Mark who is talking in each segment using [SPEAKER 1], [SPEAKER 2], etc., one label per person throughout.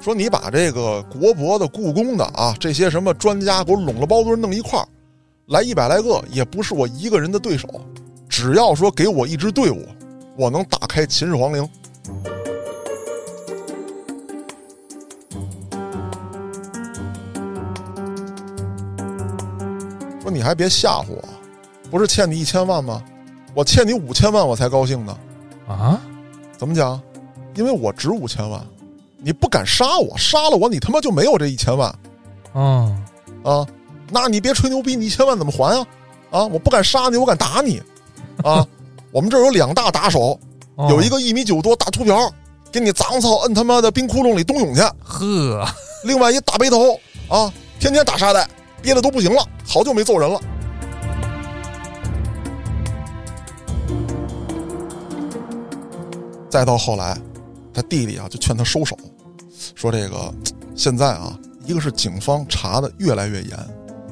[SPEAKER 1] 说你把这个国博的、故宫的啊，这些什么专家给我拢了包堆儿弄一块儿，来一百来个，也不是我一个人的对手。只要说给我一支队伍，我能打开秦始皇陵。说你还别吓唬我，不是欠你一千万吗？我欠你五千万，我才高兴呢。
[SPEAKER 2] 啊，
[SPEAKER 1] 怎么讲？因为我值五千万，你不敢杀我，杀了我你他妈就没有这一千万
[SPEAKER 2] 嗯，
[SPEAKER 1] 啊！那你别吹牛逼，你一千万怎么还啊？啊，我不敢杀你，我敢打你啊！我们这儿有两大打手，
[SPEAKER 2] 哦
[SPEAKER 1] 有一个一米九多大秃瓢，给你脏操摁他妈的冰窟窿里冬泳去；
[SPEAKER 2] 呵，
[SPEAKER 1] 另外一大背头啊，天天打沙袋，憋的都不行了，好久没揍人了。再到后来，他弟弟啊就劝他收手，说这个现在啊，一个是警方查的越来越严，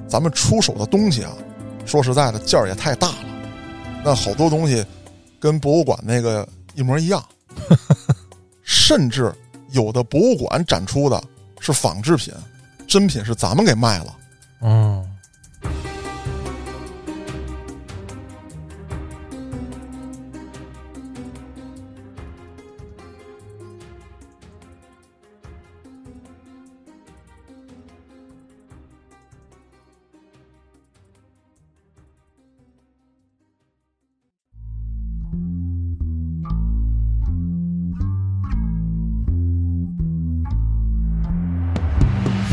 [SPEAKER 1] 咱们出手的东西啊，说实在的件儿也太大了，那好多东西跟博物馆那个一模一样，甚至有的博物馆展出的是仿制品，真品是咱们给卖了。
[SPEAKER 2] 嗯，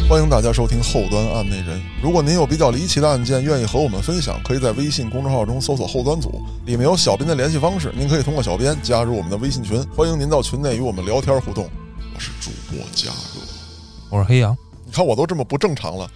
[SPEAKER 1] 欢迎大家收听后端案内人。如果您有比较离奇的案件，愿意和我们分享，可以在微信公众号中搜索“后端组”，里面有小编的联系方式，您可以通过小编加入我们的微信群。欢迎您到群内与我们聊天互动。我是主播嘉乐，
[SPEAKER 2] 我是黑羊，
[SPEAKER 1] 你看我都这么不正常了，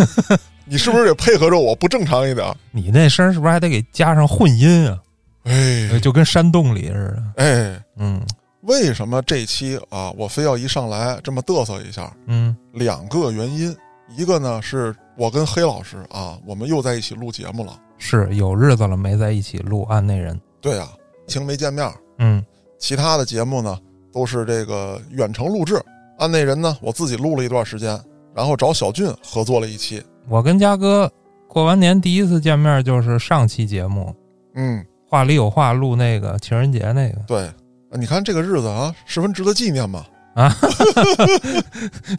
[SPEAKER 1] 你是不是得配合着我不正常一点儿？
[SPEAKER 2] 你那声儿是不是还得给加上混音啊？
[SPEAKER 1] 哎
[SPEAKER 2] 就跟山洞里似的。
[SPEAKER 1] 哎，
[SPEAKER 2] 嗯
[SPEAKER 1] 为什么这期啊我非要一上来这么嘚瑟一下？
[SPEAKER 2] 嗯
[SPEAKER 1] 两个原因，一个呢是我跟黑老师啊，我们又在一起录节目了。，
[SPEAKER 2] 是有日子了没在一起录案内人。
[SPEAKER 1] 对啊，疫情没见面儿，
[SPEAKER 2] 嗯
[SPEAKER 1] 其他的节目呢都是这个远程录制。案内人呢，我自己录了一段时间，然后找小俊合作了一期。
[SPEAKER 2] 我跟嘉哥过完年第一次见面就是上期节目
[SPEAKER 1] 嗯，
[SPEAKER 2] 《话里有话》录那个情人节那个，
[SPEAKER 1] 对，你看这个日子啊，十分值得纪念嘛。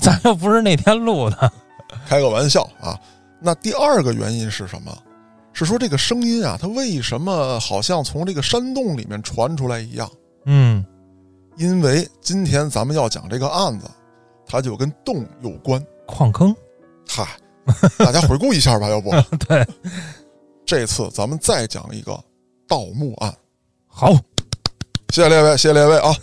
[SPEAKER 2] 咱又不是那天录的。
[SPEAKER 1] 开个玩笑啊。那第二个原因是什么？是说这个声音啊，它为什么好像从这个山洞里面传出来一样？
[SPEAKER 2] 嗯
[SPEAKER 1] 因为今天咱们要讲这个案子，它就跟洞有关。
[SPEAKER 2] 矿坑，
[SPEAKER 1] 嗨，大家回顾一下吧，要不
[SPEAKER 2] 对，
[SPEAKER 1] 这次咱们再讲一个盗墓案。
[SPEAKER 2] 好，
[SPEAKER 1] 谢谢列位，谢谢列位啊！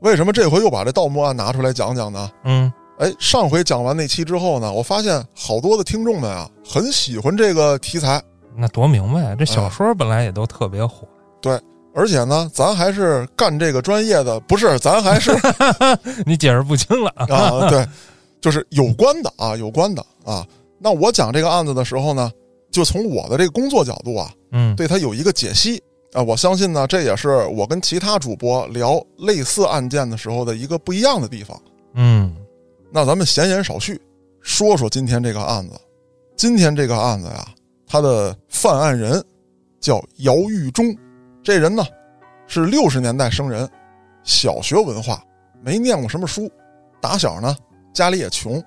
[SPEAKER 1] 为什么这回又把这盗墓案拿出来讲讲呢？
[SPEAKER 2] 嗯
[SPEAKER 1] 哎，上回讲完那期之后呢，我发现好多的听众们啊，很喜欢这个题材，
[SPEAKER 2] 那多明白啊！这小说本来也都特别火，
[SPEAKER 1] 而且呢，咱还是干这个专业的，不是，咱还是
[SPEAKER 2] 你解释不清了。
[SPEAKER 1] 啊，对，就是有关的啊，有关的啊。那我讲这个案子的时候呢，就从我的这个工作角度啊，
[SPEAKER 2] 嗯，
[SPEAKER 1] 对它有一个解析啊。我相信呢，这也是我跟其他主播聊类似案件的时候的一个不一样的地方。
[SPEAKER 2] 嗯
[SPEAKER 1] 那咱们闲言少叙，说说今天这个案子。今天这个案子呀，他的犯案人叫姚玉忠，这人呢是六十年代生人，小学文化，没念过什么书，打小呢家里也穷，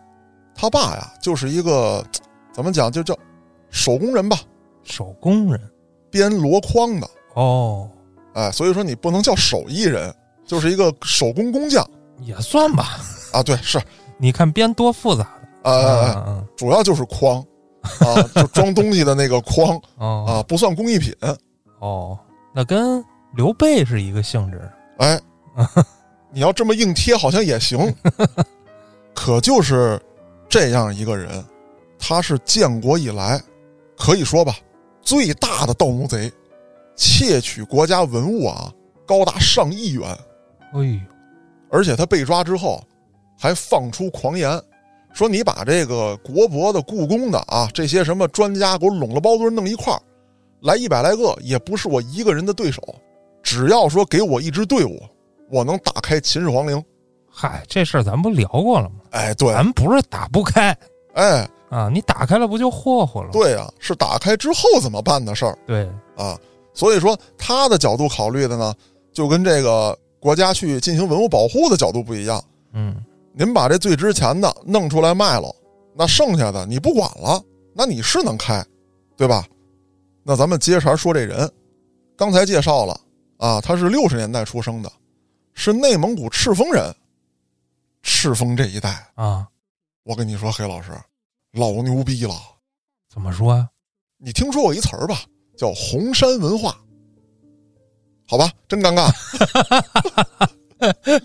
[SPEAKER 1] 他爸呀就是一个怎么讲就叫手工人吧，
[SPEAKER 2] 手工人
[SPEAKER 1] 编箩筐的，
[SPEAKER 2] 哦，
[SPEAKER 1] 哎，所以说你不能叫手艺人，就是一个手工工匠
[SPEAKER 2] 也算吧。
[SPEAKER 1] 啊，对，是，
[SPEAKER 2] 你看编多复杂的。
[SPEAKER 1] 呃，
[SPEAKER 2] 嗯嗯
[SPEAKER 1] 主要就是筐啊，就装东西的那个筐。
[SPEAKER 2] 嗯哦
[SPEAKER 1] 啊，不算工艺品。
[SPEAKER 2] 哦，那跟刘备是一个性质。
[SPEAKER 1] 哎，你要这么硬贴好像也行，可就是这样一个人，他是建国以来可以说吧最大的盗墓贼，窃取国家文物啊高达上亿元，
[SPEAKER 2] 哎呦，
[SPEAKER 1] 而且他被抓之后还放出狂言。说你把这个国博的、故宫的啊，这些什么专家给我拢了包堆儿弄一块儿，来一百来个也不是我一个人的对手，只要说给我一支队伍，我能打开秦始皇陵。
[SPEAKER 2] 嗨，这事儿咱不聊过了吗？
[SPEAKER 1] 哎，对，
[SPEAKER 2] 咱不是打不开
[SPEAKER 1] 哎，
[SPEAKER 2] 啊，你打开了不就霍霍了吗？
[SPEAKER 1] 对呀、是打开之后怎么办的事儿
[SPEAKER 2] 对，
[SPEAKER 1] 啊。所以说，他的角度考虑的呢，就跟这个国家去进行文物保护的角度不一样。
[SPEAKER 2] 嗯，
[SPEAKER 1] 您把这最值钱的弄出来卖了，那剩下的你不管了，那你是能开，对吧？那咱们接茬说这人，刚才介绍了啊，他是六十年代出生的，是内蒙古赤峰人。赤峰这一带，
[SPEAKER 2] 啊，
[SPEAKER 1] 我跟你说，黑老师，老牛逼了。
[SPEAKER 2] 怎么说呀？
[SPEAKER 1] 你听说过一词儿吧，叫红山文化？好吧，真尴尬。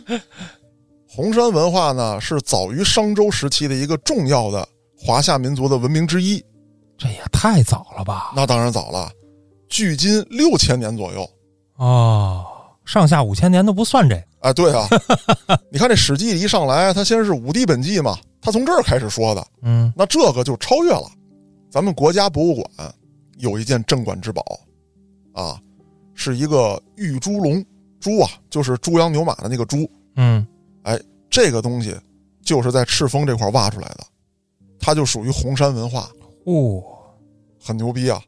[SPEAKER 1] 红山文化呢，是早于商周时期的一个重要的华夏民族的文明之一。
[SPEAKER 2] 这也太早了吧？
[SPEAKER 1] 那当然早了，距今六千年左右。
[SPEAKER 2] 哦，上下五千年都不算这个
[SPEAKER 1] 哎，对啊， 你看这《史记》一上来，它先是五帝本纪嘛，它从这儿开始说的，
[SPEAKER 2] 嗯，
[SPEAKER 1] 那这个就超越了。咱们国家博物馆有一件镇馆之宝，啊，是一个玉猪龙，猪啊，就是猪羊牛马的那个猪，
[SPEAKER 2] 嗯，
[SPEAKER 1] 这个东西就是在赤峰这块挖出来的，它就属于红山文化，
[SPEAKER 2] 哦，
[SPEAKER 1] 很牛逼啊，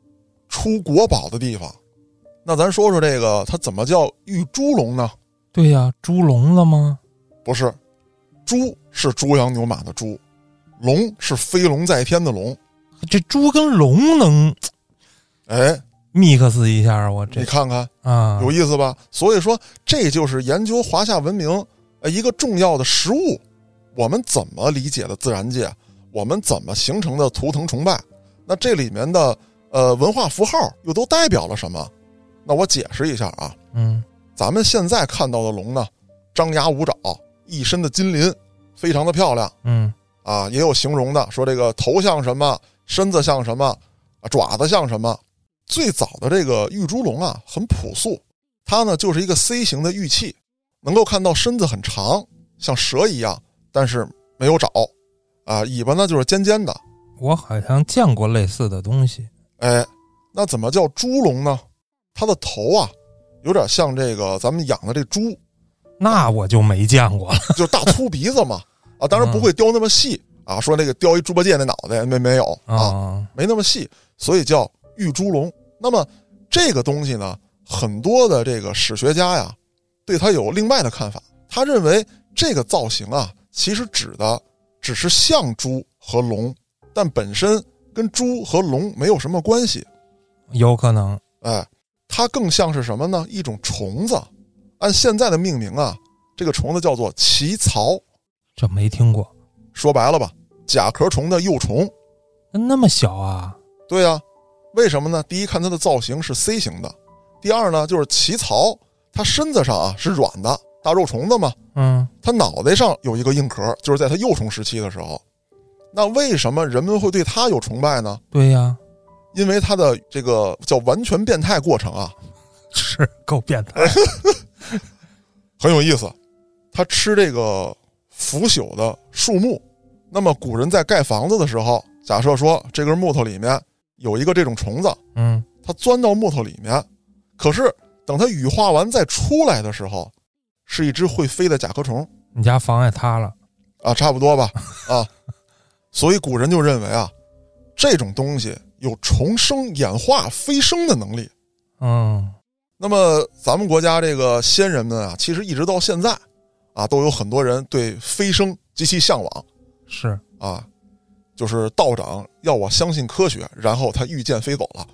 [SPEAKER 1] 出国宝的地方。那咱说说这个，它怎么叫玉猪龙呢？
[SPEAKER 2] 对呀、猪笼子吗？
[SPEAKER 1] 不是，猪是猪羊牛马的猪，龙是飞龙在天的龙。
[SPEAKER 2] 这猪跟龙能
[SPEAKER 1] 哎，
[SPEAKER 2] mix 一下啊，我
[SPEAKER 1] 你
[SPEAKER 2] 这
[SPEAKER 1] 看看，
[SPEAKER 2] 啊
[SPEAKER 1] 有意思吧？所以说，这就是研究华夏文明呃一个重要的实物。我们怎么理解的自然界？我们怎么形成的图腾崇拜？那这里面的呃文化符号又都代表了什么？那我解释一下啊，
[SPEAKER 2] 嗯
[SPEAKER 1] 咱们现在看到的龙呢，张牙舞爪，一身的金鳞，非常的漂亮
[SPEAKER 2] 嗯
[SPEAKER 1] 啊。也有形容的说这个头像什么，身子像什么，啊爪子像什么。最早的这个玉猪龙啊，很朴素，它呢就是一个 C 型的玉器，能够看到身子很长，像蛇一样，但是没有爪，啊，尾巴呢就是尖尖的。
[SPEAKER 2] 我好像见过类似的东西。
[SPEAKER 1] 哎，那怎么叫猪龙呢？它的头啊，有点像这个咱们养的这猪，
[SPEAKER 2] 那我就没见过了。
[SPEAKER 1] 就是大粗鼻子嘛，啊，当然不会雕那么细啊，说那个雕一猪八戒那脑袋没没有啊，
[SPEAKER 2] 啊，
[SPEAKER 1] 没那么细，所以叫玉猪龙。那么这个东西呢，很多的这个史学家呀，对它有另外的看法，他认为这个造型啊，其实指的只是像猪和龙，但本身跟猪和龙没有什么关系，
[SPEAKER 2] 有可能。
[SPEAKER 1] 哎，它更像是什么呢？一种虫子，按现在的命名啊，这个虫子叫做奇槽。
[SPEAKER 2] 这没听过，
[SPEAKER 1] 说白了吧，甲壳虫的幼虫。
[SPEAKER 2] 那么小啊？
[SPEAKER 1] 对呀、为什么呢？第一，看它的造型是 C 型的；第二呢，就是鳍槽，它身子上啊是软的，大肉虫子嘛，
[SPEAKER 2] 嗯，
[SPEAKER 1] 它脑袋上有一个硬壳，就是在它幼虫时期的时候。那为什么人们会对它有崇拜呢？
[SPEAKER 2] 对呀、
[SPEAKER 1] 因为它的这个叫完全变态过程啊，
[SPEAKER 2] 是够变态。
[SPEAKER 1] 很有意思。它吃这个腐朽的树木。那么古人在盖房子的时候，假设说这根木头里面有一个这种虫子，
[SPEAKER 2] 嗯，
[SPEAKER 1] 它钻到木头里面，可是等它羽化完再出来的时候，是一只会飞的甲壳虫
[SPEAKER 2] 你家房也塌了。
[SPEAKER 1] 啊，差不多吧啊。所以古人就认为啊，这种东西有重生、演化、飞升的能力。
[SPEAKER 2] 嗯，
[SPEAKER 1] 那么咱们国家这个先人们啊，其实一直到现在啊，都有很多人对飞升极其向往
[SPEAKER 2] 是
[SPEAKER 1] 啊。就是道长要我相信科学，然后他御剑飞走了。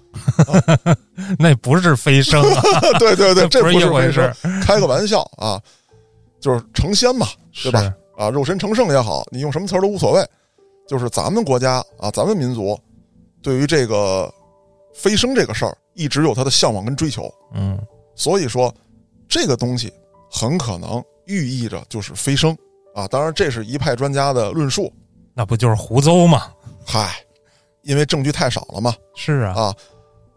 [SPEAKER 2] 那不是飞升啊，
[SPEAKER 1] 对对对，这
[SPEAKER 2] 不
[SPEAKER 1] 不
[SPEAKER 2] 一
[SPEAKER 1] 是
[SPEAKER 2] 回
[SPEAKER 1] 飞
[SPEAKER 2] 事
[SPEAKER 1] 升
[SPEAKER 2] 儿，，
[SPEAKER 1] 开个玩笑啊，就是成仙嘛，
[SPEAKER 2] 是
[SPEAKER 1] 对吧？啊，肉身成圣也好，你用什么词儿都无所谓，就是咱们国家啊，咱们民族对于这个飞升这个事儿，一直有他的向往跟追求，
[SPEAKER 2] 嗯，
[SPEAKER 1] 所以说这个东西很可能寓意着就是飞升啊。当然，这是一派专家的论述，
[SPEAKER 2] 那不就是胡诌吗？
[SPEAKER 1] 嗨，因为证据太少了嘛，
[SPEAKER 2] 是啊，
[SPEAKER 1] 啊，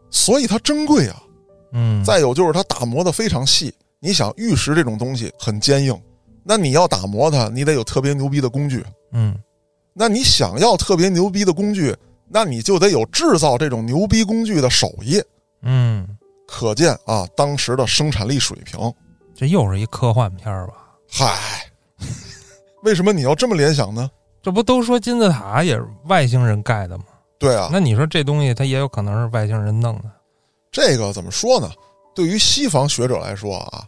[SPEAKER 1] 所以它珍贵啊。
[SPEAKER 2] 嗯，
[SPEAKER 1] 再有就是它打磨的非常细。你想玉石这种东西很坚硬，那你要打磨它，你得有特别牛逼的工具。
[SPEAKER 2] 嗯，
[SPEAKER 1] 那你想要特别牛逼的工具，那你就得有制造这种牛逼工具的手艺。
[SPEAKER 2] 嗯，
[SPEAKER 1] 可见啊，当时的生产力水平。
[SPEAKER 2] 这又是一科幻片儿吧？
[SPEAKER 1] 嗨， 为什么你要这么联想呢？
[SPEAKER 2] 这不都说金字塔也是外星人盖的吗？
[SPEAKER 1] 对啊，
[SPEAKER 2] 那你说这东西它也有可能是外星人弄的？
[SPEAKER 1] 这个怎么说呢？对于西方学者来说啊，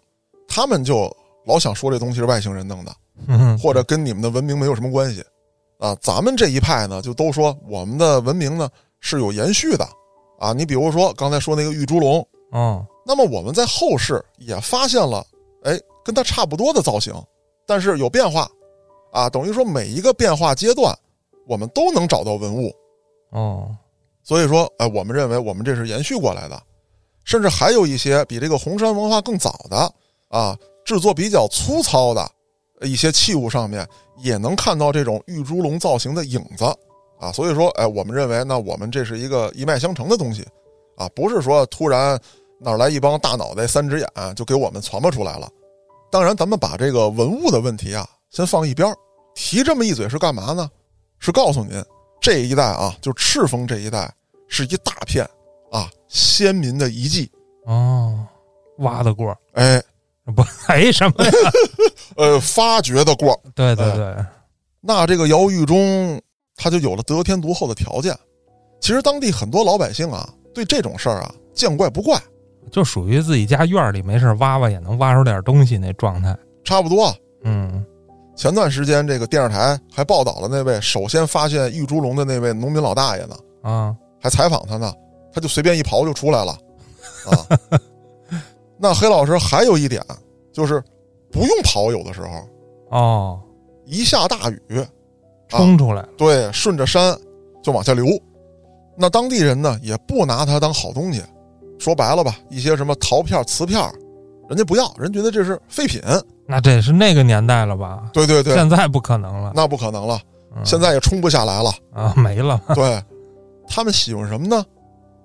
[SPEAKER 1] 他们就老想说这东西是外星人弄的，
[SPEAKER 2] 哼哼
[SPEAKER 1] 或者跟你们的文明没有什么关系啊。咱们这一派呢，就都说我们的文明呢是有延续的啊。你比如说刚才说那个玉猪龙，
[SPEAKER 2] 嗯，
[SPEAKER 1] 那么我们在后世也发现了，哎，跟它差不多的造型，但是有变化啊。等于说每一个变化阶段，我们都能找到文物。
[SPEAKER 2] 哦，
[SPEAKER 1] 所以说，哎，我们认为我们这是延续过来的，甚至还有一些比这个红山文化更早的啊，制作比较粗糙的呃一些器物上面也能看到这种玉猪龙造型的影子啊。所以说，哎，我们认为那我们这是一个一脉相承的东西啊，不是说突然哪儿来一帮大脑袋三只眼就给我们传播出来了。当然，咱们把这个文物的问题啊先放一边儿，提这么一嘴是干嘛呢？是告诉您这一代啊，就赤峰这一代。是一大片啊先民的遗迹。
[SPEAKER 2] 哦，挖的过，
[SPEAKER 1] 哎，
[SPEAKER 2] 不， 哎什么呀？
[SPEAKER 1] 呃，发掘的过儿，
[SPEAKER 2] 对对对，
[SPEAKER 1] 那这个姚玉中他就有了得天独厚的条件。其实当地很多老百姓啊，对这种事儿啊见怪不怪，
[SPEAKER 2] 就属于自己家院儿里没事儿挖挖也能挖出点东西那状态。
[SPEAKER 1] 差不多啊。
[SPEAKER 2] 嗯，
[SPEAKER 1] 前段时间这个电视台还报道了那位首先发现玉猪龙的那位农民老大爷呢，
[SPEAKER 2] 啊，
[SPEAKER 1] 还采访他呢，他就随便一刨就出来了啊。 那黑老师还有一点就是，不用刨，有的时候
[SPEAKER 2] 哦，
[SPEAKER 1] 一下大雨，
[SPEAKER 2] 冲出来，
[SPEAKER 1] 对，顺着山就往下流。那当地人呢，也不拿它当好东西，说白了吧，一些什么陶片、瓷片，人家不要，人觉得这是废品。
[SPEAKER 2] 那这是那个年代了吧？
[SPEAKER 1] 对对对，
[SPEAKER 2] 现在不可能了，
[SPEAKER 1] 那不可能了，
[SPEAKER 2] 嗯
[SPEAKER 1] 现在也冲不下来了。
[SPEAKER 2] 啊没了。
[SPEAKER 1] 对，他们喜欢什么呢？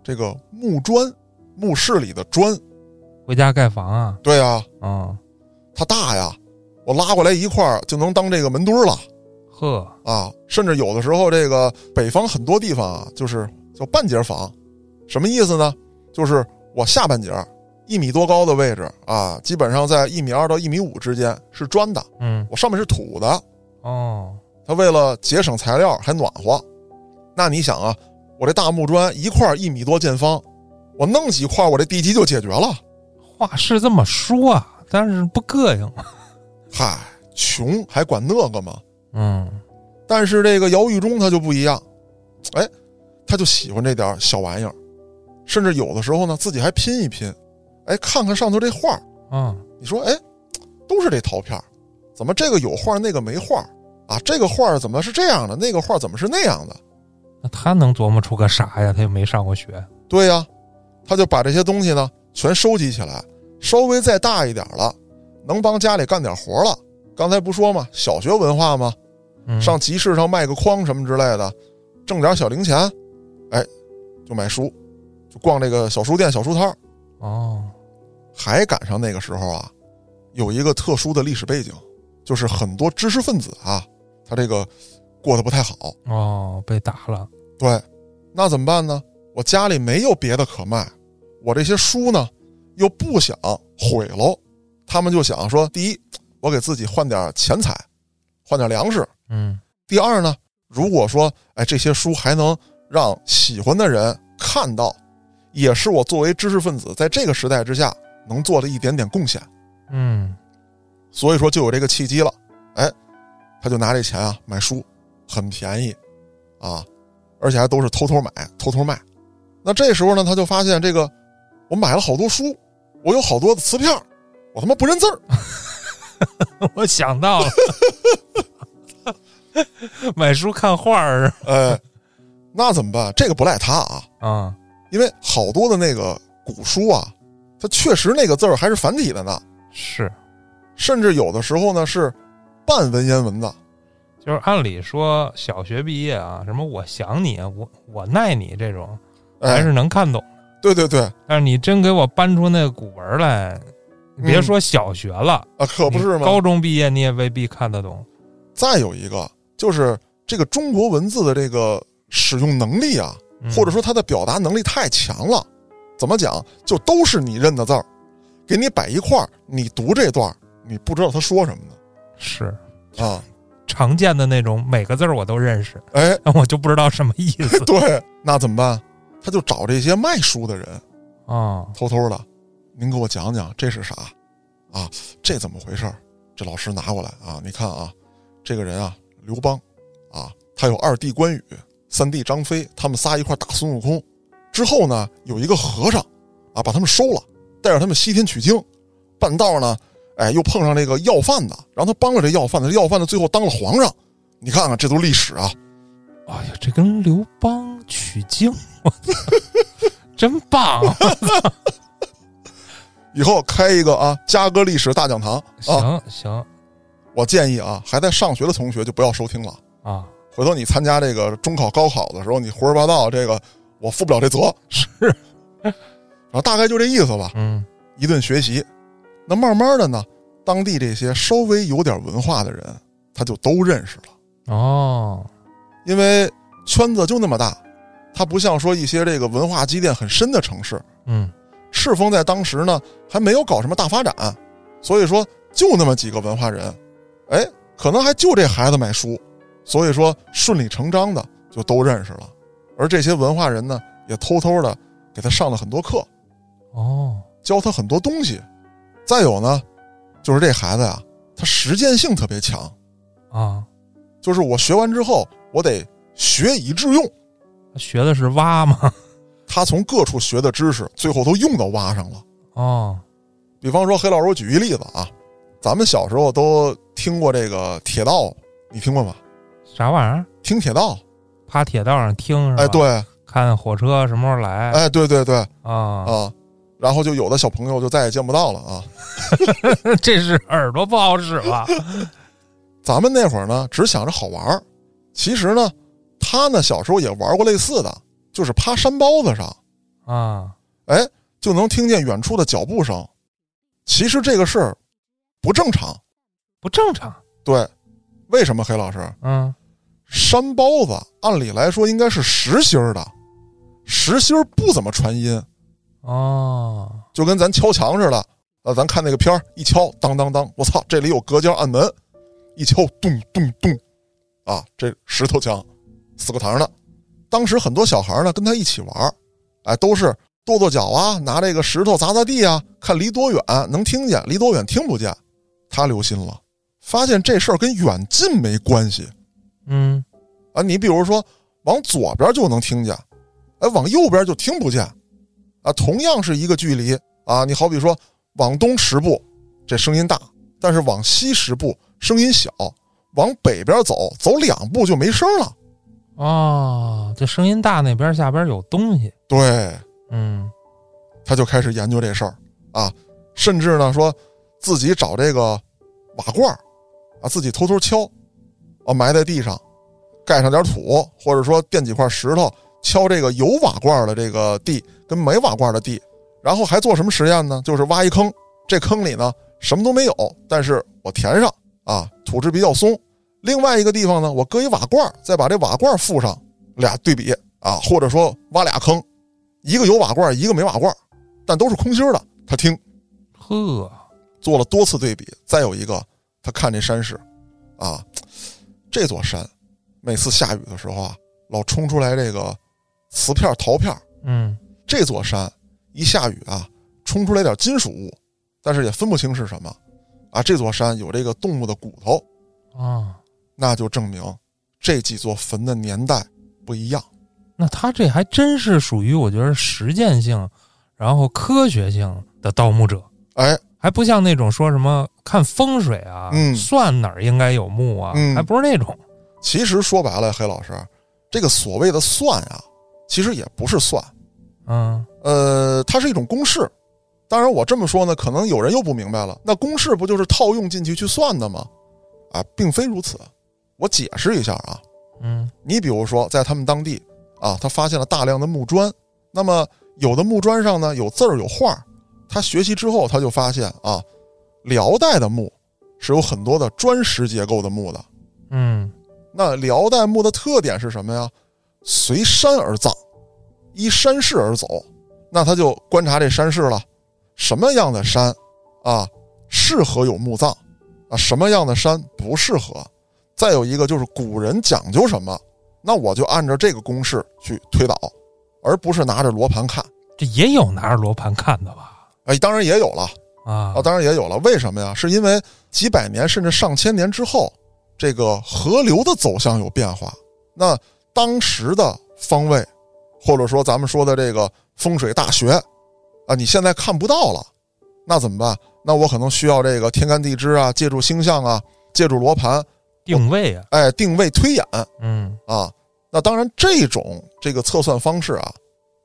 [SPEAKER 1] 这个木砖，墓室里的砖。
[SPEAKER 2] 回家盖房啊，
[SPEAKER 1] 对啊，
[SPEAKER 2] 嗯，
[SPEAKER 1] 它大呀，我拉过来一块儿就能当这个门墩儿了
[SPEAKER 2] 呵，
[SPEAKER 1] 啊。甚至有的时候，这个北方很多地方啊，就是叫半截房，什么意思呢？就是我下半截儿一米多高的位置啊，基本上在一米二到一米五之间是砖的，
[SPEAKER 2] 嗯，
[SPEAKER 1] 我上面是土的。
[SPEAKER 2] 哦，
[SPEAKER 1] 它为了节省材料还暖和，那你想啊，我这大木砖一块儿一米多见方，我弄几块儿我这地基就解决了。
[SPEAKER 2] 话是这么说啊，但是不膈应。
[SPEAKER 1] 嗨，穷还管那个吗？
[SPEAKER 2] 嗯，
[SPEAKER 1] 但是这个姚玉忠他就不一样，哎，他就喜欢这点儿小玩意儿，甚至有的时候呢自己还拼一拼，哎，看看上头这画儿
[SPEAKER 2] 啊，
[SPEAKER 1] 你说，哎，都是这陶片儿，怎么这个有画儿那个没画儿啊？这个画儿怎么是这样的？那个画儿怎么是那样的？
[SPEAKER 2] 那他能琢磨出个啥呀？他又没上过学。
[SPEAKER 1] 对呀、他就把这些东西呢全收集起来，稍微再大一点儿了，能帮家里干点活儿了。刚才不说嘛，小学文化嘛，
[SPEAKER 2] 嗯，
[SPEAKER 1] 上集市上卖个筐什么之类的，挣点小零钱，哎，就买书，就逛这个小书店、小书摊儿。
[SPEAKER 2] 哦，
[SPEAKER 1] 还赶上那个时候啊，有一个特殊的历史背景，就是很多知识分子啊，他这个过得不太好。
[SPEAKER 2] 哦，被打了。
[SPEAKER 1] 对，那怎么办呢？我家里没有别的可卖，我这些书呢又不想毁喽，他们就想说：第一，我给自己换点钱财，换点粮食；
[SPEAKER 2] 嗯，
[SPEAKER 1] 第二呢，如果说哎这些书还能让喜欢的人看到，也是我作为知识分子在这个时代之下能做的一点点贡献。
[SPEAKER 2] 嗯，
[SPEAKER 1] 所以说就有这个契机了。哎，他就拿这钱啊买书，很便宜啊，而且还都是偷偷买、偷偷卖。那这时候呢，他就发现这个我买了好多书，我有好多的磁片儿，我他妈不认字儿。
[SPEAKER 2] 我想到了， 买书看画儿
[SPEAKER 1] 哎，那怎么办？这个不赖他啊，
[SPEAKER 2] 啊，
[SPEAKER 1] 因为好多的那个古书啊，它确实那个字儿还是繁体的呢，
[SPEAKER 2] 是，
[SPEAKER 1] 甚至有的时候呢是半文言文的。
[SPEAKER 2] 就是按理说小学毕业啊，什么我想你，啊我我耐你这种还
[SPEAKER 1] 哎，
[SPEAKER 2] 是能看懂，
[SPEAKER 1] 对对啊对，
[SPEAKER 2] 但是你真给我搬出那个古文来，你别说小学了，
[SPEAKER 1] 啊，可不是
[SPEAKER 2] 你
[SPEAKER 1] 吗？
[SPEAKER 2] 高中毕业你也未必看得懂。
[SPEAKER 1] 再有一个就是这个中国文字的这个使用能力啊，
[SPEAKER 2] 嗯
[SPEAKER 1] 或者说它的表达能力太强了，怎么讲，就都是你认的字儿，给你摆一块儿，你读这段儿，你不知道他说什么
[SPEAKER 2] 是
[SPEAKER 1] 的 啊。
[SPEAKER 2] 常见的那种，每个字儿我都认识，
[SPEAKER 1] 哎，
[SPEAKER 2] 但我就不知道什么意 思
[SPEAKER 1] 对，那怎么办？他就找这些卖书的人，
[SPEAKER 2] 啊。
[SPEAKER 1] 偷偷的，您给我讲讲这是啥啊？这怎么回事儿？这老师拿过来啊，你看啊，这个人啊，刘邦啊，他有二弟关羽，三弟张飞，他们仨一块儿打孙悟空。之后呢，有一个和尚啊，把他们收了，带着他们西天取经。半道呢，哎，又碰上这个要饭的，然后他帮了这要饭的，这要饭的最后当了皇上。你看看，这都历史啊！
[SPEAKER 2] 哎呀，这跟刘邦取经， 我操，真 棒！
[SPEAKER 1] 哦以后开一个啊，嘉哥历史大讲堂啊，
[SPEAKER 2] 行行
[SPEAKER 1] 我建议啊，还在上学的同学就不要收听了。
[SPEAKER 2] 啊，
[SPEAKER 1] 回头你参加这个中考、高考的时候，你胡说八道，这个我负不了这责。
[SPEAKER 2] 是，
[SPEAKER 1] 然后大概就这意思吧。
[SPEAKER 2] 嗯
[SPEAKER 1] 一顿学习，那慢慢的呢，当地这些稍微有点文化的人，他就都认识了，
[SPEAKER 2] 哦，
[SPEAKER 1] 因为圈子就那么大，它不像说一些这个文化积淀很深的城市。
[SPEAKER 2] 嗯
[SPEAKER 1] 赤峰在当时呢还没有搞什么大发展，所以说就那么几个文化人，哎，可能还就这孩子买书，所以说顺理成章的就都认识了。而这些文化人呢，也偷偷的给他上了很多课，
[SPEAKER 2] 哦，
[SPEAKER 1] 教他很多东西。再有呢，就是这孩子呀、他实践性特别强，
[SPEAKER 2] 啊，
[SPEAKER 1] 就是我学完之后，我得学以致用。
[SPEAKER 2] 学的是蛙吗？
[SPEAKER 1] 他从各处学的知识，最后都用到蛙上了。
[SPEAKER 2] 哦，
[SPEAKER 1] 比方说，黑老师，我举一例子啊，咱们小时候都听过这个铁道，你听过吗？
[SPEAKER 2] 啥玩意儿？
[SPEAKER 1] 听铁道，
[SPEAKER 2] 趴铁道上听是吧？
[SPEAKER 1] 哎，，对，
[SPEAKER 2] 看火车什么时候来
[SPEAKER 1] 哎，对对对，
[SPEAKER 2] 啊？
[SPEAKER 1] 啊，然后就有的小朋友就再也见不到了啊。
[SPEAKER 2] 这是耳朵不好使吧？
[SPEAKER 1] 咱们那会儿呢，只想着好玩儿，其实呢，他呢小时候也玩过类似的，就是趴山包子上，
[SPEAKER 2] 啊，
[SPEAKER 1] 哎，就能听见远处的脚步声。其实这个事儿不正常，
[SPEAKER 2] 不正常。
[SPEAKER 1] 对，为什么？黑老师，
[SPEAKER 2] 嗯，
[SPEAKER 1] 山包子按理来说应该是实心儿的，实心儿不怎么传音，
[SPEAKER 2] 哦，
[SPEAKER 1] 就跟咱敲墙似的。呃，咱看那个片儿，一敲，当当当，我操，这里有隔间暗门，一敲，咚咚咚，啊，这石头墙，死个堂的。当时很多小孩儿呢跟他一起玩儿，哎，都是跺跺脚啊，拿这个石头砸砸地啊，看离多远能听见，离多远听不见。他留心了，发现这事儿跟远近没关系，
[SPEAKER 2] 嗯，
[SPEAKER 1] 啊，你比如说往左边就能听见，哎，往右边就听不见，啊，同样是一个距离啊，你好比说往东十步，这声音大，但是往西十步声音小，往北边走走两步就没声了。
[SPEAKER 2] 哦，这声音大那边下边有东西。
[SPEAKER 1] 对，
[SPEAKER 2] 嗯，
[SPEAKER 1] 他就开始研究这事儿啊，甚至呢说自己找这个瓦罐儿啊，自己偷偷敲啊，埋在地上，盖上点土，或者说垫几块石头敲这个有瓦罐儿的这个地跟没瓦罐儿的地，然后还做什么实验呢？就是挖一坑，这坑里呢什么都没有，但是我填上啊，土质比较松。另外一个地方呢，我搁一瓦罐儿，再把这瓦罐儿附上，俩对比啊，或者说挖俩坑，一个有瓦罐儿，一个没瓦罐儿。但都是空心儿的。他听
[SPEAKER 2] 呵，
[SPEAKER 1] 做了多次对比，再有一个，他看这山势，啊，这座山，每次下雨的时候啊，老冲出来这个瓷片儿、陶片儿。
[SPEAKER 2] 嗯，
[SPEAKER 1] 这座山一下雨啊，冲出来点金属物，但是也分不清是什么。啊，这座山有这个动物的骨头，
[SPEAKER 2] 啊，
[SPEAKER 1] 那就证明这几座坟的年代不一样。
[SPEAKER 2] 那他这还真是属于我觉得实践性，然后科学性的盗墓者，
[SPEAKER 1] 哎，
[SPEAKER 2] 还不像那种说什么看风水啊，
[SPEAKER 1] 嗯
[SPEAKER 2] 算哪儿应该有墓啊，
[SPEAKER 1] 嗯
[SPEAKER 2] 还不是那种。
[SPEAKER 1] 其实说白了，黑老师，这个所谓的算啊，其实也不是算，
[SPEAKER 2] 嗯，
[SPEAKER 1] 呃，它是一种公式。当然，我这么说呢，可能有人又不明白了。那公式不就是套用进去去算的吗？啊，并非如此。我解释一下啊，
[SPEAKER 2] 嗯
[SPEAKER 1] 你比如说，在他们当地啊，他发现了大量的木砖，那么有的木砖上呢有字儿有画儿。他学习之后，他就发现啊，辽代的墓是有很多的砖石结构的墓的。
[SPEAKER 2] 嗯，
[SPEAKER 1] 那辽代墓的特点是什么呀？随山而葬，依山势而走，那他就观察这山市了，什么样的山啊适合有墓葬啊，什么样的山不适合。再有一个就是古人讲究什么，那我就按照这个公式去推导，而不是拿着罗盘看。
[SPEAKER 2] 这也有拿着罗盘看的吧？
[SPEAKER 1] 哎，当然也有了
[SPEAKER 2] 啊
[SPEAKER 1] 啊，，当然也有了。为什么呀？是因为几百年甚至上千年之后，这个河流的走向有变化，那当时的方位，或者说咱们说的这个风水大学啊，你现在看不到了，那怎么办？那我可能需要这个天干地支啊，借助星象啊，借助罗盘，
[SPEAKER 2] 定位啊，
[SPEAKER 1] 哎，定位推演
[SPEAKER 2] 嗯，
[SPEAKER 1] 啊。那当然，这种这个测算方式啊，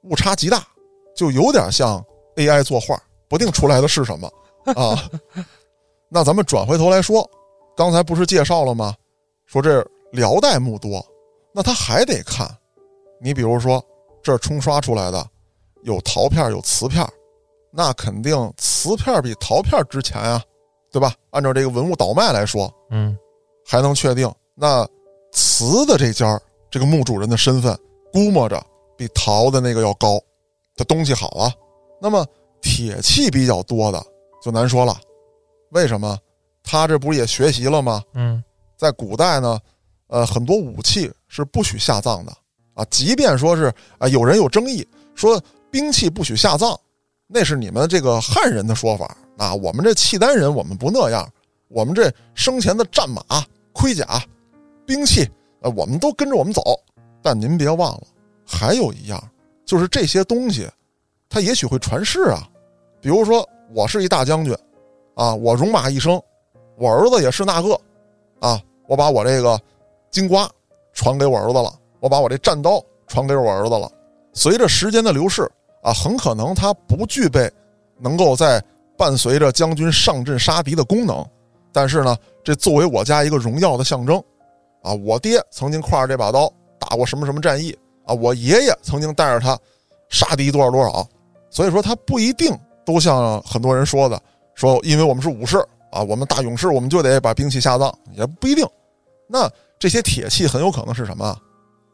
[SPEAKER 1] 误差极大，就有点像 AI 作画，不定出来的是什么啊。 那咱们转回头来说，刚才不是介绍了吗？说这辽代墓多，那他还得看，你比如说这儿冲刷出来的有陶片儿有瓷片儿，那肯定瓷片儿比陶片儿值钱啊，对吧？按照这个文物倒卖来说，
[SPEAKER 2] 嗯，
[SPEAKER 1] 还能确定那瓷的这家儿这个墓主人的身份，估摸着比陶的那个要高，这东西好啊。那么铁器比较多的就难说了，为什么？他这不是也学习了吗？
[SPEAKER 2] 嗯，
[SPEAKER 1] 在古代呢，呃，很多武器是不许下葬的啊，即便说是啊、有人有争议说兵器不许下葬，那是你们这个汉人的说法啊，我们这契丹人我们不那样，我们这生前的战马、盔甲、兵器，呃，我们都跟着我们走。但您别忘了，还有一样，就是这些东西，它也许会传世啊。比如说，我是一大将军，啊，我戎马一生，我儿子也是那个，啊，我把我这个金瓜传给我儿子了，我把我这战刀传给我儿子了。随着时间的流逝啊，很可能它不具备能够在伴随着将军上阵杀敌的功能，但是呢，这作为我家一个荣耀的象征，啊，我爹曾经挎着这把刀打过什么什么战役啊，我爷爷曾经带着它杀敌多少多少，所以说它不一定都像很多人说的，说因为我们是武士啊，我们大勇士，我们就得把兵器下葬，也不一定。那这些铁器很有可能是什么啊？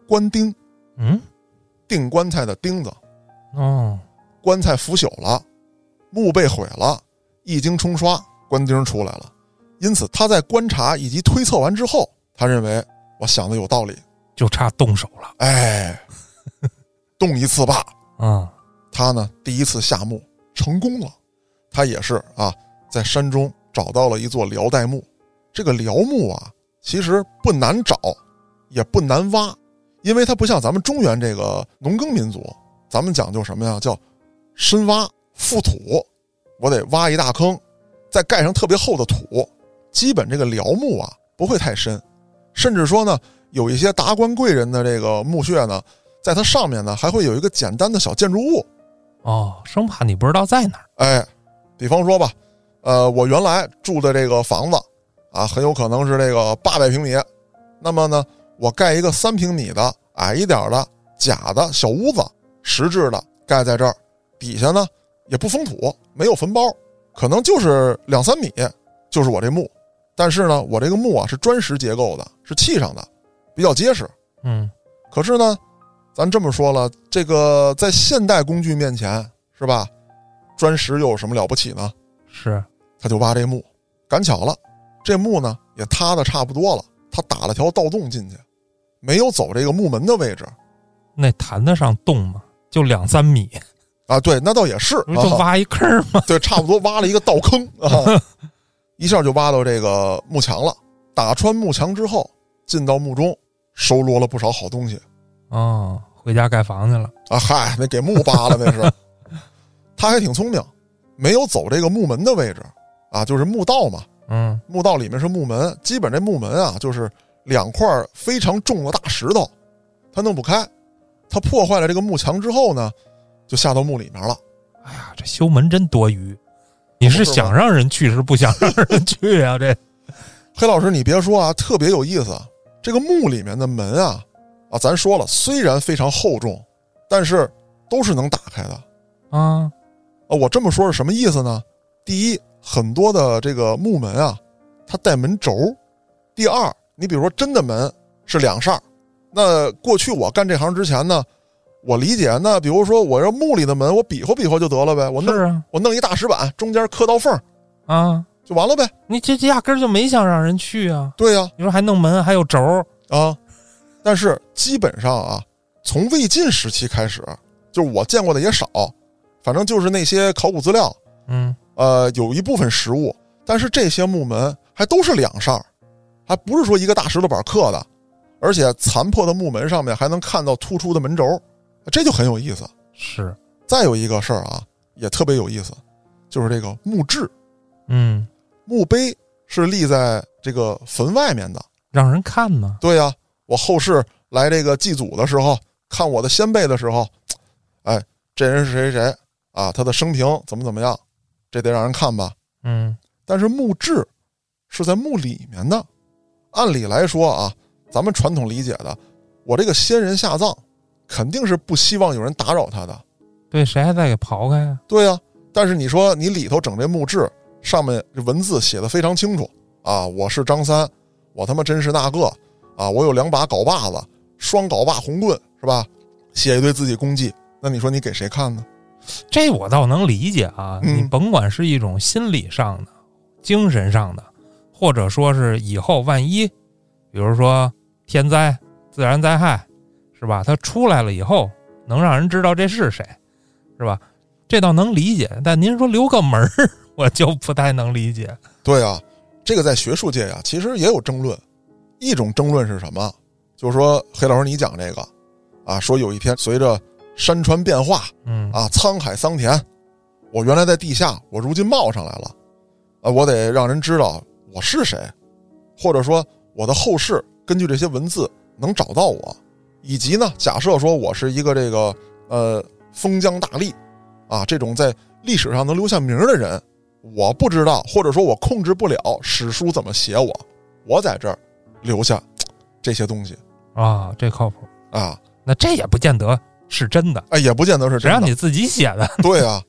[SPEAKER 1] 棺钉，
[SPEAKER 2] 嗯，
[SPEAKER 1] 钉棺材的钉子，
[SPEAKER 2] 哦，
[SPEAKER 1] 棺材腐朽了，墓被毁了，一经冲刷，棺钉出来了。因此，他在观察以及推测完之后，他认为我想的有道理，
[SPEAKER 2] 就差动手了，
[SPEAKER 1] 哎， 动一次罢。
[SPEAKER 2] 嗯，
[SPEAKER 1] 他呢，第一次下墓成功了，他也是啊，在山中找到了一座辽代墓。这个辽墓啊，其实不难找，也不难挖，因为它不像咱们中原这个农耕民族，咱们讲究什么呀？叫深挖覆土，我得挖一大坑，再盖上特别厚的土。基本这个辽墓啊不会太深，甚至说呢，有一些达官贵人的这个墓穴呢，在它上面呢还会有一个简单的小建筑物，
[SPEAKER 2] 哦，生怕你不知道在哪儿，
[SPEAKER 1] 哎，比方说吧，呃，我原来住的这个房子啊，很有可能是这个八百平米，那么呢，我盖一个三平米的矮一点的假的小屋子，实质的盖在这儿，底下呢也不封土，没有坟包，可能就是两三米，就是我这墓。但是呢，我这个墓啊是砖石结构的，是砌上的，比较结实。
[SPEAKER 2] 嗯，
[SPEAKER 1] 可是呢，咱这么说了，这个在现代工具面前，是吧？砖石又有什么了不起呢？
[SPEAKER 2] 是，
[SPEAKER 1] 他就挖这墓，赶巧了，这墓呢也塌的差不多了，他打了条盗洞进去，没有走这个墓门的位置
[SPEAKER 2] 那谈得上动吗？就两三米，
[SPEAKER 1] 啊。对，那倒也是，
[SPEAKER 2] 不就
[SPEAKER 1] 啊、
[SPEAKER 2] 挖一坑吗？
[SPEAKER 1] 对，差不多挖了一个倒坑啊，一下就挖到这个幕墙了。打穿幕墙之后，进到墓中，收罗了不少好东西。
[SPEAKER 2] 哦，回家盖房去了，
[SPEAKER 1] 啊，嗨，那给墓扒了那是。他还挺聪明，没有走这个墓门的位置啊，就是墓道嘛。
[SPEAKER 2] 嗯，
[SPEAKER 1] 墓道里面是墓门，基本这墓门啊，就是两块非常重的大石头，他弄不开。他破坏了这个墓墙之后呢，就下到墓里面了。
[SPEAKER 2] 哎呀，这修门真多余。你是想让人去是不想让人去啊？这
[SPEAKER 1] 黑老师，你别说啊，特别有意思。这个墓里面的门啊，啊，咱说了，虽然非常厚重，但是都是能打开的。
[SPEAKER 2] 啊，
[SPEAKER 1] 啊，我这么说是什么意思呢？第一，很多的这个木门啊，它带门轴；第二，你比如说真的门是两扇儿，那过去我干这行之前呢，我理解，那比如说我这木里的门，我比划比划就得了呗，我弄
[SPEAKER 2] 是啊
[SPEAKER 1] 我弄一大石板，中间刻道缝儿
[SPEAKER 2] 啊，
[SPEAKER 1] 就完了呗。
[SPEAKER 2] 你这这压根儿就没想让人去啊。
[SPEAKER 1] 对呀、
[SPEAKER 2] 你说还弄门，还有轴儿，
[SPEAKER 1] 啊，但是基本上啊，从魏晋时期开始，就是我见过的也少，反正就是那些考古资料，
[SPEAKER 2] 嗯，
[SPEAKER 1] 呃，有一部分实物，但是这些木门还都是两扇儿，还不是说一个大石头板刻的，而且残破的木门上面还能看到突出的门轴，这就很有意思。
[SPEAKER 2] 是，
[SPEAKER 1] 再有一个事儿啊，也特别有意思，就是这个墓志、
[SPEAKER 2] 嗯，
[SPEAKER 1] 墓碑是立在这个坟外面的，
[SPEAKER 2] 让人看嘛，
[SPEAKER 1] 对呀、我后世来这个祭祖的时候，看我的先辈的时候，哎，这人是谁谁谁啊，他的生平怎么怎么样，这得让人看吧。
[SPEAKER 2] 嗯，
[SPEAKER 1] 但是墓志是在墓里面的，按理来说啊，咱们传统理解的，我这个先人下葬，肯定是不希望有人打扰他的，
[SPEAKER 2] 对，谁还在给刨开啊呀、
[SPEAKER 1] 对呀、但是你说你里头整这墓志，上面这文字写的非常清楚啊，我是张三，我他妈真是那个啊，我有两把镐把子，双镐把红棍是吧？写一堆自己功绩，那你说你给谁看呢？
[SPEAKER 2] 这我倒能理解啊，
[SPEAKER 1] 嗯
[SPEAKER 2] 你甭管是一种心理上的、精神上的，或者说是以后万一，比如说天灾、自然灾害，是吧？它出来了以后，能让人知道这是谁，是吧？这倒能理解，但您说留个门儿， 我就不太能理解。
[SPEAKER 1] 对啊，这个在学术界呀、其实也有争论。一种争论是什么？就是说，黑老师你讲这个啊，说有一天随着山川变化，
[SPEAKER 2] 嗯，
[SPEAKER 1] 啊，沧海桑田，我原来在地下，我如今冒上来了，啊，我得让人知道我是谁，或者说我的后世根据这些文字能找到我，以及呢，假设说我是一个这个呃封疆大吏，啊，这种在历史上能留下名儿的人，我不知道，或者说我控制不了史书怎么写我，我在这儿留下这些东西
[SPEAKER 2] 啊，这靠谱。
[SPEAKER 1] 啊，
[SPEAKER 2] 那这也不见得是真的，
[SPEAKER 1] 哎，也不见得是
[SPEAKER 2] 谁
[SPEAKER 1] 真的
[SPEAKER 2] 让。你自己写的？
[SPEAKER 1] 对啊，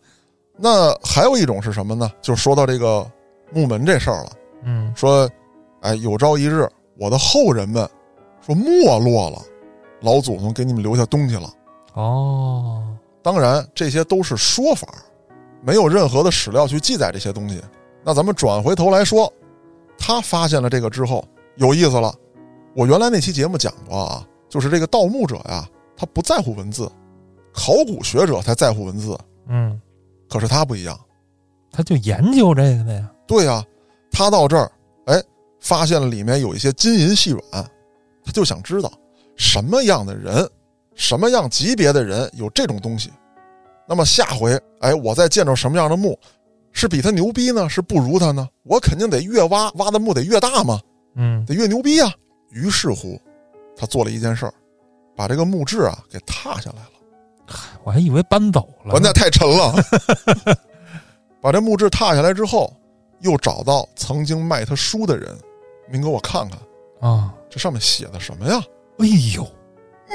[SPEAKER 1] 那还有一种是什么呢？就说到这个木门这事儿了，
[SPEAKER 2] 嗯，
[SPEAKER 1] 说，哎，有朝一日我的后人们说没落了，老祖宗给你们留下东西了。
[SPEAKER 2] 哦，
[SPEAKER 1] 当然，这些都是说法儿，没有任何的史料去记载这些东西。那咱们转回头来说，他发现了这个之后，有意思了。我原来那期节目讲过啊，就是这个盗墓者呀，他不在乎文字，考古学者才在乎文字，
[SPEAKER 2] 嗯，
[SPEAKER 1] 可是他不一样。
[SPEAKER 2] 他就研究这个的呀。
[SPEAKER 1] 对呀、他到这儿，哎，发现了里面有一些金银细软，他就想知道什么样的人，什么样级别的人有这种东西。那么下回，哎，我再见着什么样的墓，是比他牛逼呢，是不如他呢？我肯定得越挖，挖的墓得越大嘛，
[SPEAKER 2] 嗯，
[SPEAKER 1] 得越牛逼啊。于是乎，他做了一件事儿，把这个墓志啊给踏下来了。
[SPEAKER 2] 我还以为搬走了呢。
[SPEAKER 1] 完那太沉了。 把这木质踏下来之后，又找到曾经卖他书的人，您给我看看
[SPEAKER 2] 啊！
[SPEAKER 1] 这上面写的什么呀？
[SPEAKER 2] 哎呦，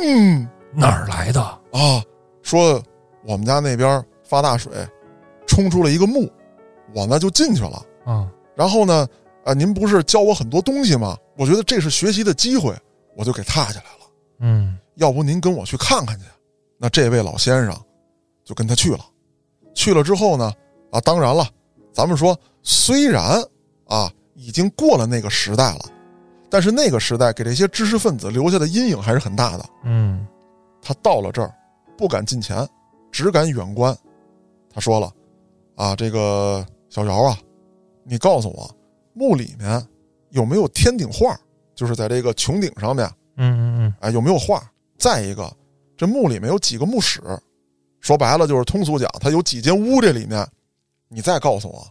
[SPEAKER 1] 嗯
[SPEAKER 2] 哪儿来的？
[SPEAKER 1] 啊，说我们家那边发大水，冲出了一个墓，我呢就进去了。
[SPEAKER 2] 啊，
[SPEAKER 1] 然后呢，啊、您不是教我很多东西吗？我觉得这是学习的机会，我就给踏下来了。
[SPEAKER 2] 嗯，
[SPEAKER 1] 要不您跟我去看看去？那这位老先生就跟他去了。去了之后呢，啊，当然了，咱们说虽然啊已经过了那个时代了，但是那个时代给这些知识分子留下的阴影还是很大的。
[SPEAKER 2] 嗯，
[SPEAKER 1] 他到了这儿，不敢近前，只敢远观。他说了，啊，这个小姚啊，你告诉我，墓里面有没有天顶画？就是在这个穹顶上面
[SPEAKER 2] 嗯嗯
[SPEAKER 1] 啊，有没有画？再一个，这墓里面有几个墓室？说白了就是通俗讲，它有几间屋，这里面，你再告诉我，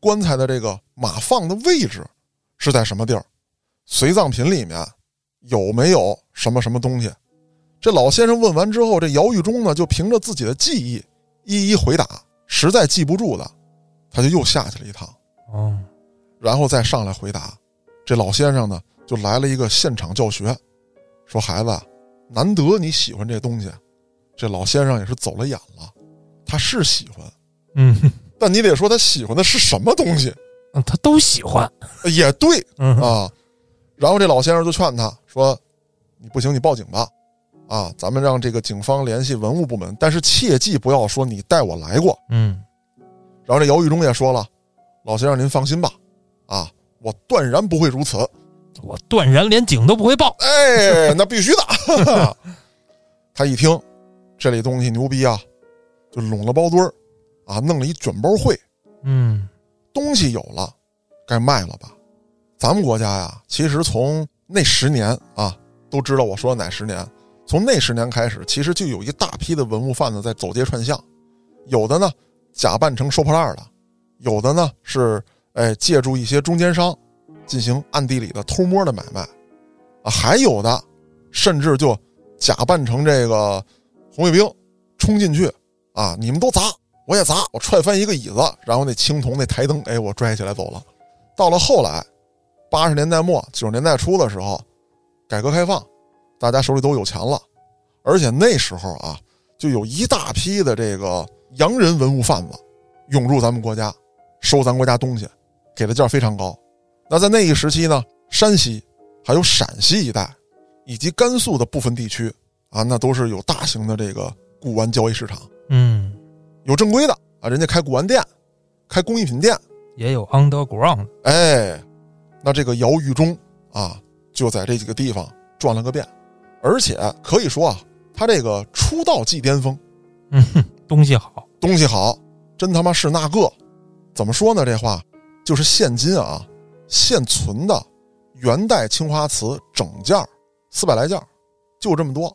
[SPEAKER 1] 棺材的这个码放的位置是在什么地儿？随葬品里面有没有什么什么东西？这老先生问完之后，这姚玉忠呢就凭着自己的记忆一一回答，实在记不住的，他就又下去了一趟，
[SPEAKER 2] 嗯，哦，
[SPEAKER 1] 然后再上来回答。这老先生呢，就来了一个现场教学，说：“孩子啊，难得你喜欢这东西。”这老先生也是走了眼了，他是喜欢，
[SPEAKER 2] 嗯，
[SPEAKER 1] 但你得说他喜欢的是什么东西，
[SPEAKER 2] 嗯 他都喜欢。
[SPEAKER 1] 也对
[SPEAKER 2] 嗯
[SPEAKER 1] 啊。然后这老先生就劝他说：“你不行，你报警吧。”啊，咱们让这个警方联系文物部门，但是切记不要说你带我来过。
[SPEAKER 2] 嗯
[SPEAKER 1] 然后这姚玉忠也说了，老先生您放心吧，啊，我断然不会如此。
[SPEAKER 2] 我断然连警都不会报。
[SPEAKER 1] 哎，那必须的。 他一听这里东西牛逼啊，就拢了包堆儿啊，弄了一卷包会，
[SPEAKER 2] 嗯
[SPEAKER 1] 东西有了，该卖了吧？咱们国家呀，其实从那十年啊，都知道我说的哪十年。从那十年开始，其实就有一大批的文物贩子在走街串巷，有的呢假扮成收破烂儿的，有的呢是哎借助一些中间商进行暗地里的偷摸的买卖，啊，还有的甚至就假扮成这个红卫兵冲进去啊，你们都砸，我也砸，我踹翻一个椅子，然后那青铜那台灯，哎，我拽起来走了。到了后来，八十年代末九十年代初的时候，改革开放，大家手里都有钱了，而且那时候啊，就有一大批的这个洋人文物贩子涌入咱们国家，收咱国家东西，给的价非常高。那在那一时期呢，山西还有陕西一带，以及甘肃的部分地区啊，那都是有大型的这个古玩交易市场。
[SPEAKER 2] 嗯，
[SPEAKER 1] 有正规的啊，人家开古玩店，开工艺品店，
[SPEAKER 2] 也有 underground。
[SPEAKER 1] 哎，那这个姚玉忠啊，就在这几个地方转了个遍，而且可以说啊，他这个出道即巅峰，
[SPEAKER 2] 嗯哼，东西好。
[SPEAKER 1] 东西好，真他妈是那个，怎么说呢？这话就是现今啊，现存的元代青花瓷整件四百来件儿，就这么多。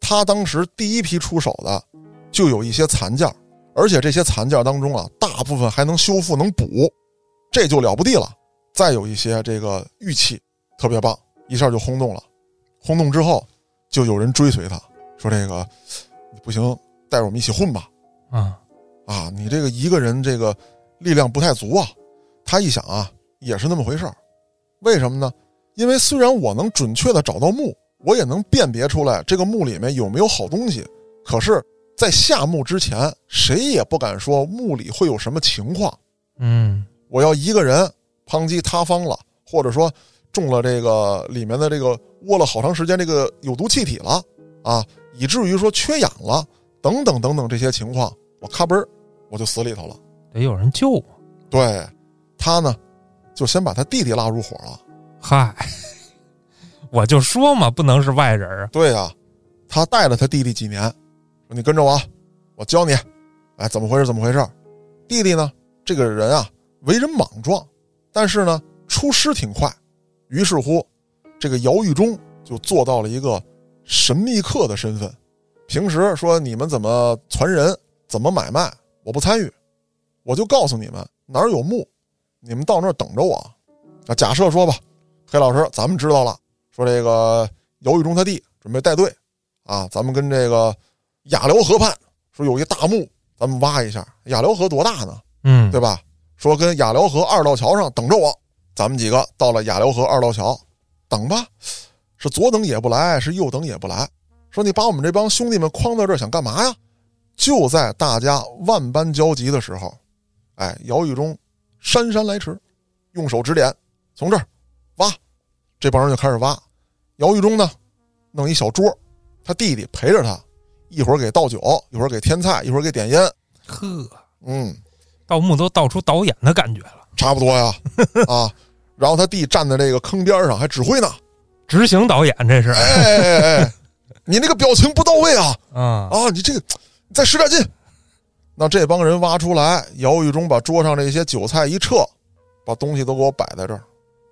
[SPEAKER 1] 他当时第一批出手的，就有一些残件儿，而且这些残件儿当中啊，大部分还能修复能补，这就了不地了。再有一些这个玉器特别棒，一下就轰动了。轰动之后，就有人追随他，说这个不行，带着我们一起混吧。
[SPEAKER 2] 啊，
[SPEAKER 1] 啊，你这个一个人这个力量不太足啊。他一想啊，也是那么回事儿。为什么呢？因为虽然我能准确的找到墓，我也能辨别出来这个墓里面有没有好东西，可是，在下墓之前，谁也不敢说墓里会有什么情况。
[SPEAKER 2] 嗯
[SPEAKER 1] 我要一个人抨击塌方了，或者说中了这个里面的这个窝了好长时间这个有毒气体了啊，以至于说缺氧了等等等等这些情况，我咔嘣儿我就死里头了。
[SPEAKER 2] 得有人救我。
[SPEAKER 1] 对他呢，就先把他弟弟拉入伙了。
[SPEAKER 2] 嗨， 我就说嘛，不能是外人儿啊。
[SPEAKER 1] 对呀、他带了他弟弟几年，说你跟着我啊，我教你，哎，怎么回事？怎么回事？弟弟呢，这个人啊，为人莽撞，但是呢，出师挺快。于是乎，这个姚玉忠就做到了一个神秘客的身份。平时说你们怎么传人，怎么买卖，我不参与，我就告诉你们哪儿有墓，你们到那儿等着我。啊，假设说吧，黑老师，咱们知道了，说这个姚玉忠他弟准备带队啊，咱们跟这个雅辽河畔说有一大墓，咱们挖一下。雅辽河多大呢？
[SPEAKER 2] 嗯，
[SPEAKER 1] 对吧？说跟雅辽河二道桥上等着我，咱们几个到了雅辽河二道桥，等吧，是左等也不来，是右等也不来。说你把我们这帮兄弟们框到这儿想干嘛呀？就在大家万般焦急的时候，哎，姚玉忠姗姗来迟，用手指点，从这儿挖，这帮人就开始挖。姚玉忠呢，弄一小桌，他弟弟陪着他，一会儿给倒酒，一会儿给添菜，一会儿给点烟，
[SPEAKER 2] 呵，
[SPEAKER 1] 嗯。
[SPEAKER 2] 盗墓都盗出导演的感觉了，
[SPEAKER 1] 差不多呀，啊，然后他弟站在这个坑边上还指挥呢，
[SPEAKER 2] 执行导演这是。
[SPEAKER 1] 哎哎哎哎，你那个表情不到位啊，
[SPEAKER 2] 啊，
[SPEAKER 1] 啊，你这个你再使点劲。那这帮人挖出来，姚玉忠把桌上这些韭菜一撤，把东西都给我摆在这儿，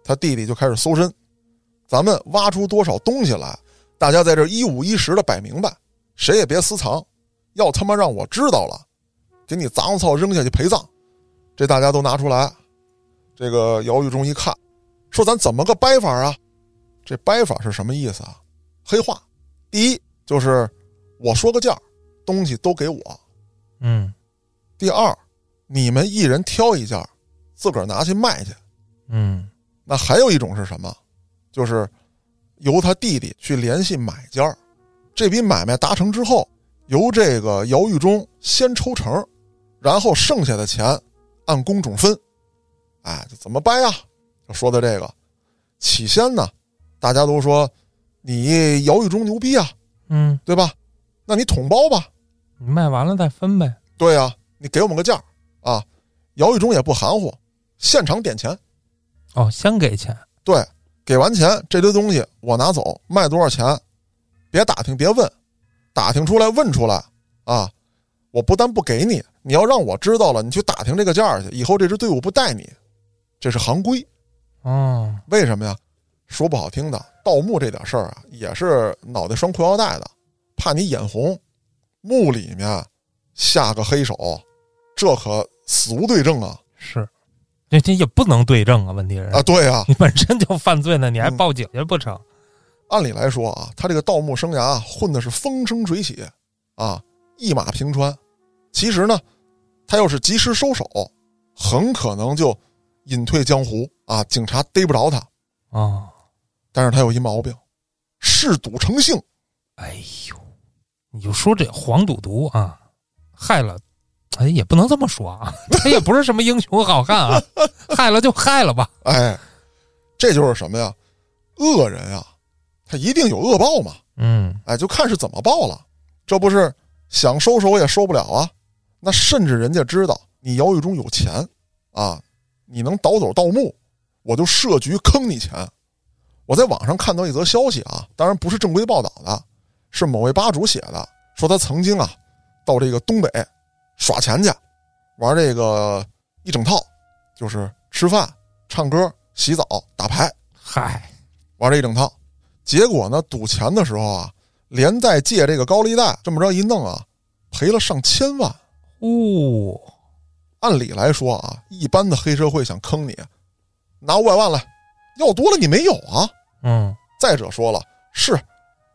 [SPEAKER 1] 他弟弟就开始搜身，咱们挖出多少东西来，大家在这儿一五一十的摆明白，谁也别私藏，要他妈让我知道了，给你杂物操扔下去陪葬，这大家都拿出来。这个姚玉忠一看，说咱怎么个掰法啊？这掰法是什么意思啊？黑话，第一就是我说个价儿，东西都给我。
[SPEAKER 2] 嗯
[SPEAKER 1] 第二，你们一人挑一件儿，自个儿拿去卖去。
[SPEAKER 2] 嗯
[SPEAKER 1] 那还有一种是什么？就是由他弟弟去联系买家儿，这笔买卖达成之后，由这个姚玉忠先抽成儿，然后剩下的钱按工种分。哎，这怎么掰呀、就说的这个，起先呢，大家都说你姚玉忠牛逼啊，
[SPEAKER 2] 嗯，
[SPEAKER 1] 对吧？那你统包吧，
[SPEAKER 2] 你卖完了再分呗。
[SPEAKER 1] 对呀、你给我们个价儿啊！姚玉忠也不含糊，现场点钱。
[SPEAKER 2] 哦，先给钱，
[SPEAKER 1] 对，给完钱，这堆东西我拿走，卖多少钱？别打听，别问，打听出来问出来啊！我不但不给你，你要让我知道了，你去打听这个价儿去，以后这支队伍不带你，这是行规。
[SPEAKER 2] 哦，
[SPEAKER 1] 为什么呀？说不好听的，盗墓这点事儿啊，也是脑袋拴裤腰带的，怕你眼红，墓里面下个黑手，这可死无对证啊！
[SPEAKER 2] 是，这这也不能对证啊，问题是
[SPEAKER 1] 啊，对啊，
[SPEAKER 2] 你本身就犯罪呢，你还
[SPEAKER 1] 嗯
[SPEAKER 2] 报警去不成？
[SPEAKER 1] 按理来说啊，他这个盗墓生涯啊混的是风生水起啊，一马平川。其实呢，他要是及时收手，很可能就隐退江湖啊，警察逮不着他。
[SPEAKER 2] 哦，
[SPEAKER 1] 但是他有一毛病，嗜赌成性。
[SPEAKER 2] 哎呦，你就说这黄赌毒啊，害了，哎，也不能这么说啊， 他也不是什么英雄好汉啊，害了就害了吧。
[SPEAKER 1] 哎，这就是什么呀？恶人啊，他一定有恶报嘛。
[SPEAKER 2] 嗯，
[SPEAKER 1] 哎，就看是怎么报了。这不是想收手也收不了啊。那甚至人家知道你姚玉忠有钱啊，你能倒走盗墓，我就设局坑你钱。我在网上看到一则消息啊，当然不是正规报道的，是某位吧主写的，说他曾经啊到这个东北耍钱去，玩这个一整套，就是吃饭、唱歌、洗澡、打牌，
[SPEAKER 2] 嗨，
[SPEAKER 1] 玩了一整套。结果呢，赌钱的时候啊，连带借这个高利贷，这么着一弄啊，赔了上千万。
[SPEAKER 2] 呜、
[SPEAKER 1] 按理来说啊，一般的黑社会想坑你，拿五百万来，要多了你没有啊。
[SPEAKER 2] 嗯，
[SPEAKER 1] 再者说了，是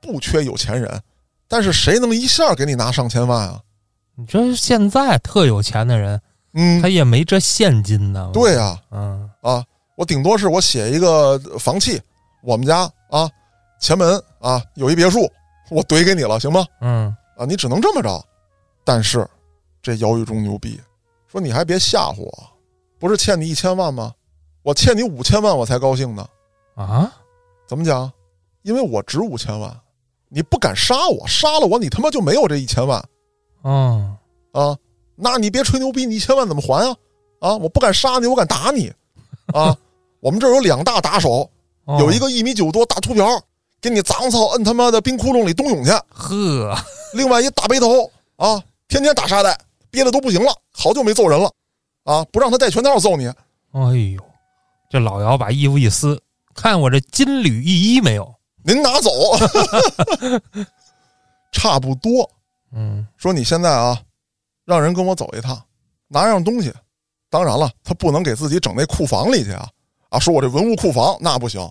[SPEAKER 1] 不缺有钱人，但是谁能一下给你拿上千万啊？
[SPEAKER 2] 你这现在特有钱的人，
[SPEAKER 1] 嗯
[SPEAKER 2] 他，也没这现金呢。
[SPEAKER 1] 对，呀、
[SPEAKER 2] 嗯，
[SPEAKER 1] 啊，我顶多是我写一个房契，我们家啊前门啊有一别墅，我怼给你了，行吗？
[SPEAKER 2] 嗯，
[SPEAKER 1] 啊，你只能这么着。但是这姚玉忠牛逼，说你还别吓唬我，不是欠你一千万吗？我欠你五千万我才高兴呢。
[SPEAKER 2] 啊，
[SPEAKER 1] 怎么讲？因为我值五千万，你不敢杀我，杀了我你他妈就没有这一千万
[SPEAKER 2] 嗯，
[SPEAKER 1] 啊！那你别吹牛逼，你一千万怎么还啊？啊，我不敢杀你，我敢打你啊！我们这儿有两大打手，
[SPEAKER 2] 哦
[SPEAKER 1] 有一个一米九多大秃瓢，给你脏操摁他妈的冰窟窿里冬泳去，
[SPEAKER 2] 呵，
[SPEAKER 1] 另外一大背头啊，天天打沙袋，憋的都不行了，好久没揍人了，啊，不让他戴拳套揍你，
[SPEAKER 2] 哎呦，这老姚把衣服一撕，看我这金缕一衣没有？
[SPEAKER 1] 您拿走， 差不多。
[SPEAKER 2] 嗯，
[SPEAKER 1] 说你现在啊，让人跟我走一趟，拿样东西。当然了，他不能给自己整那库房里去啊啊！说我这文物库房那不行，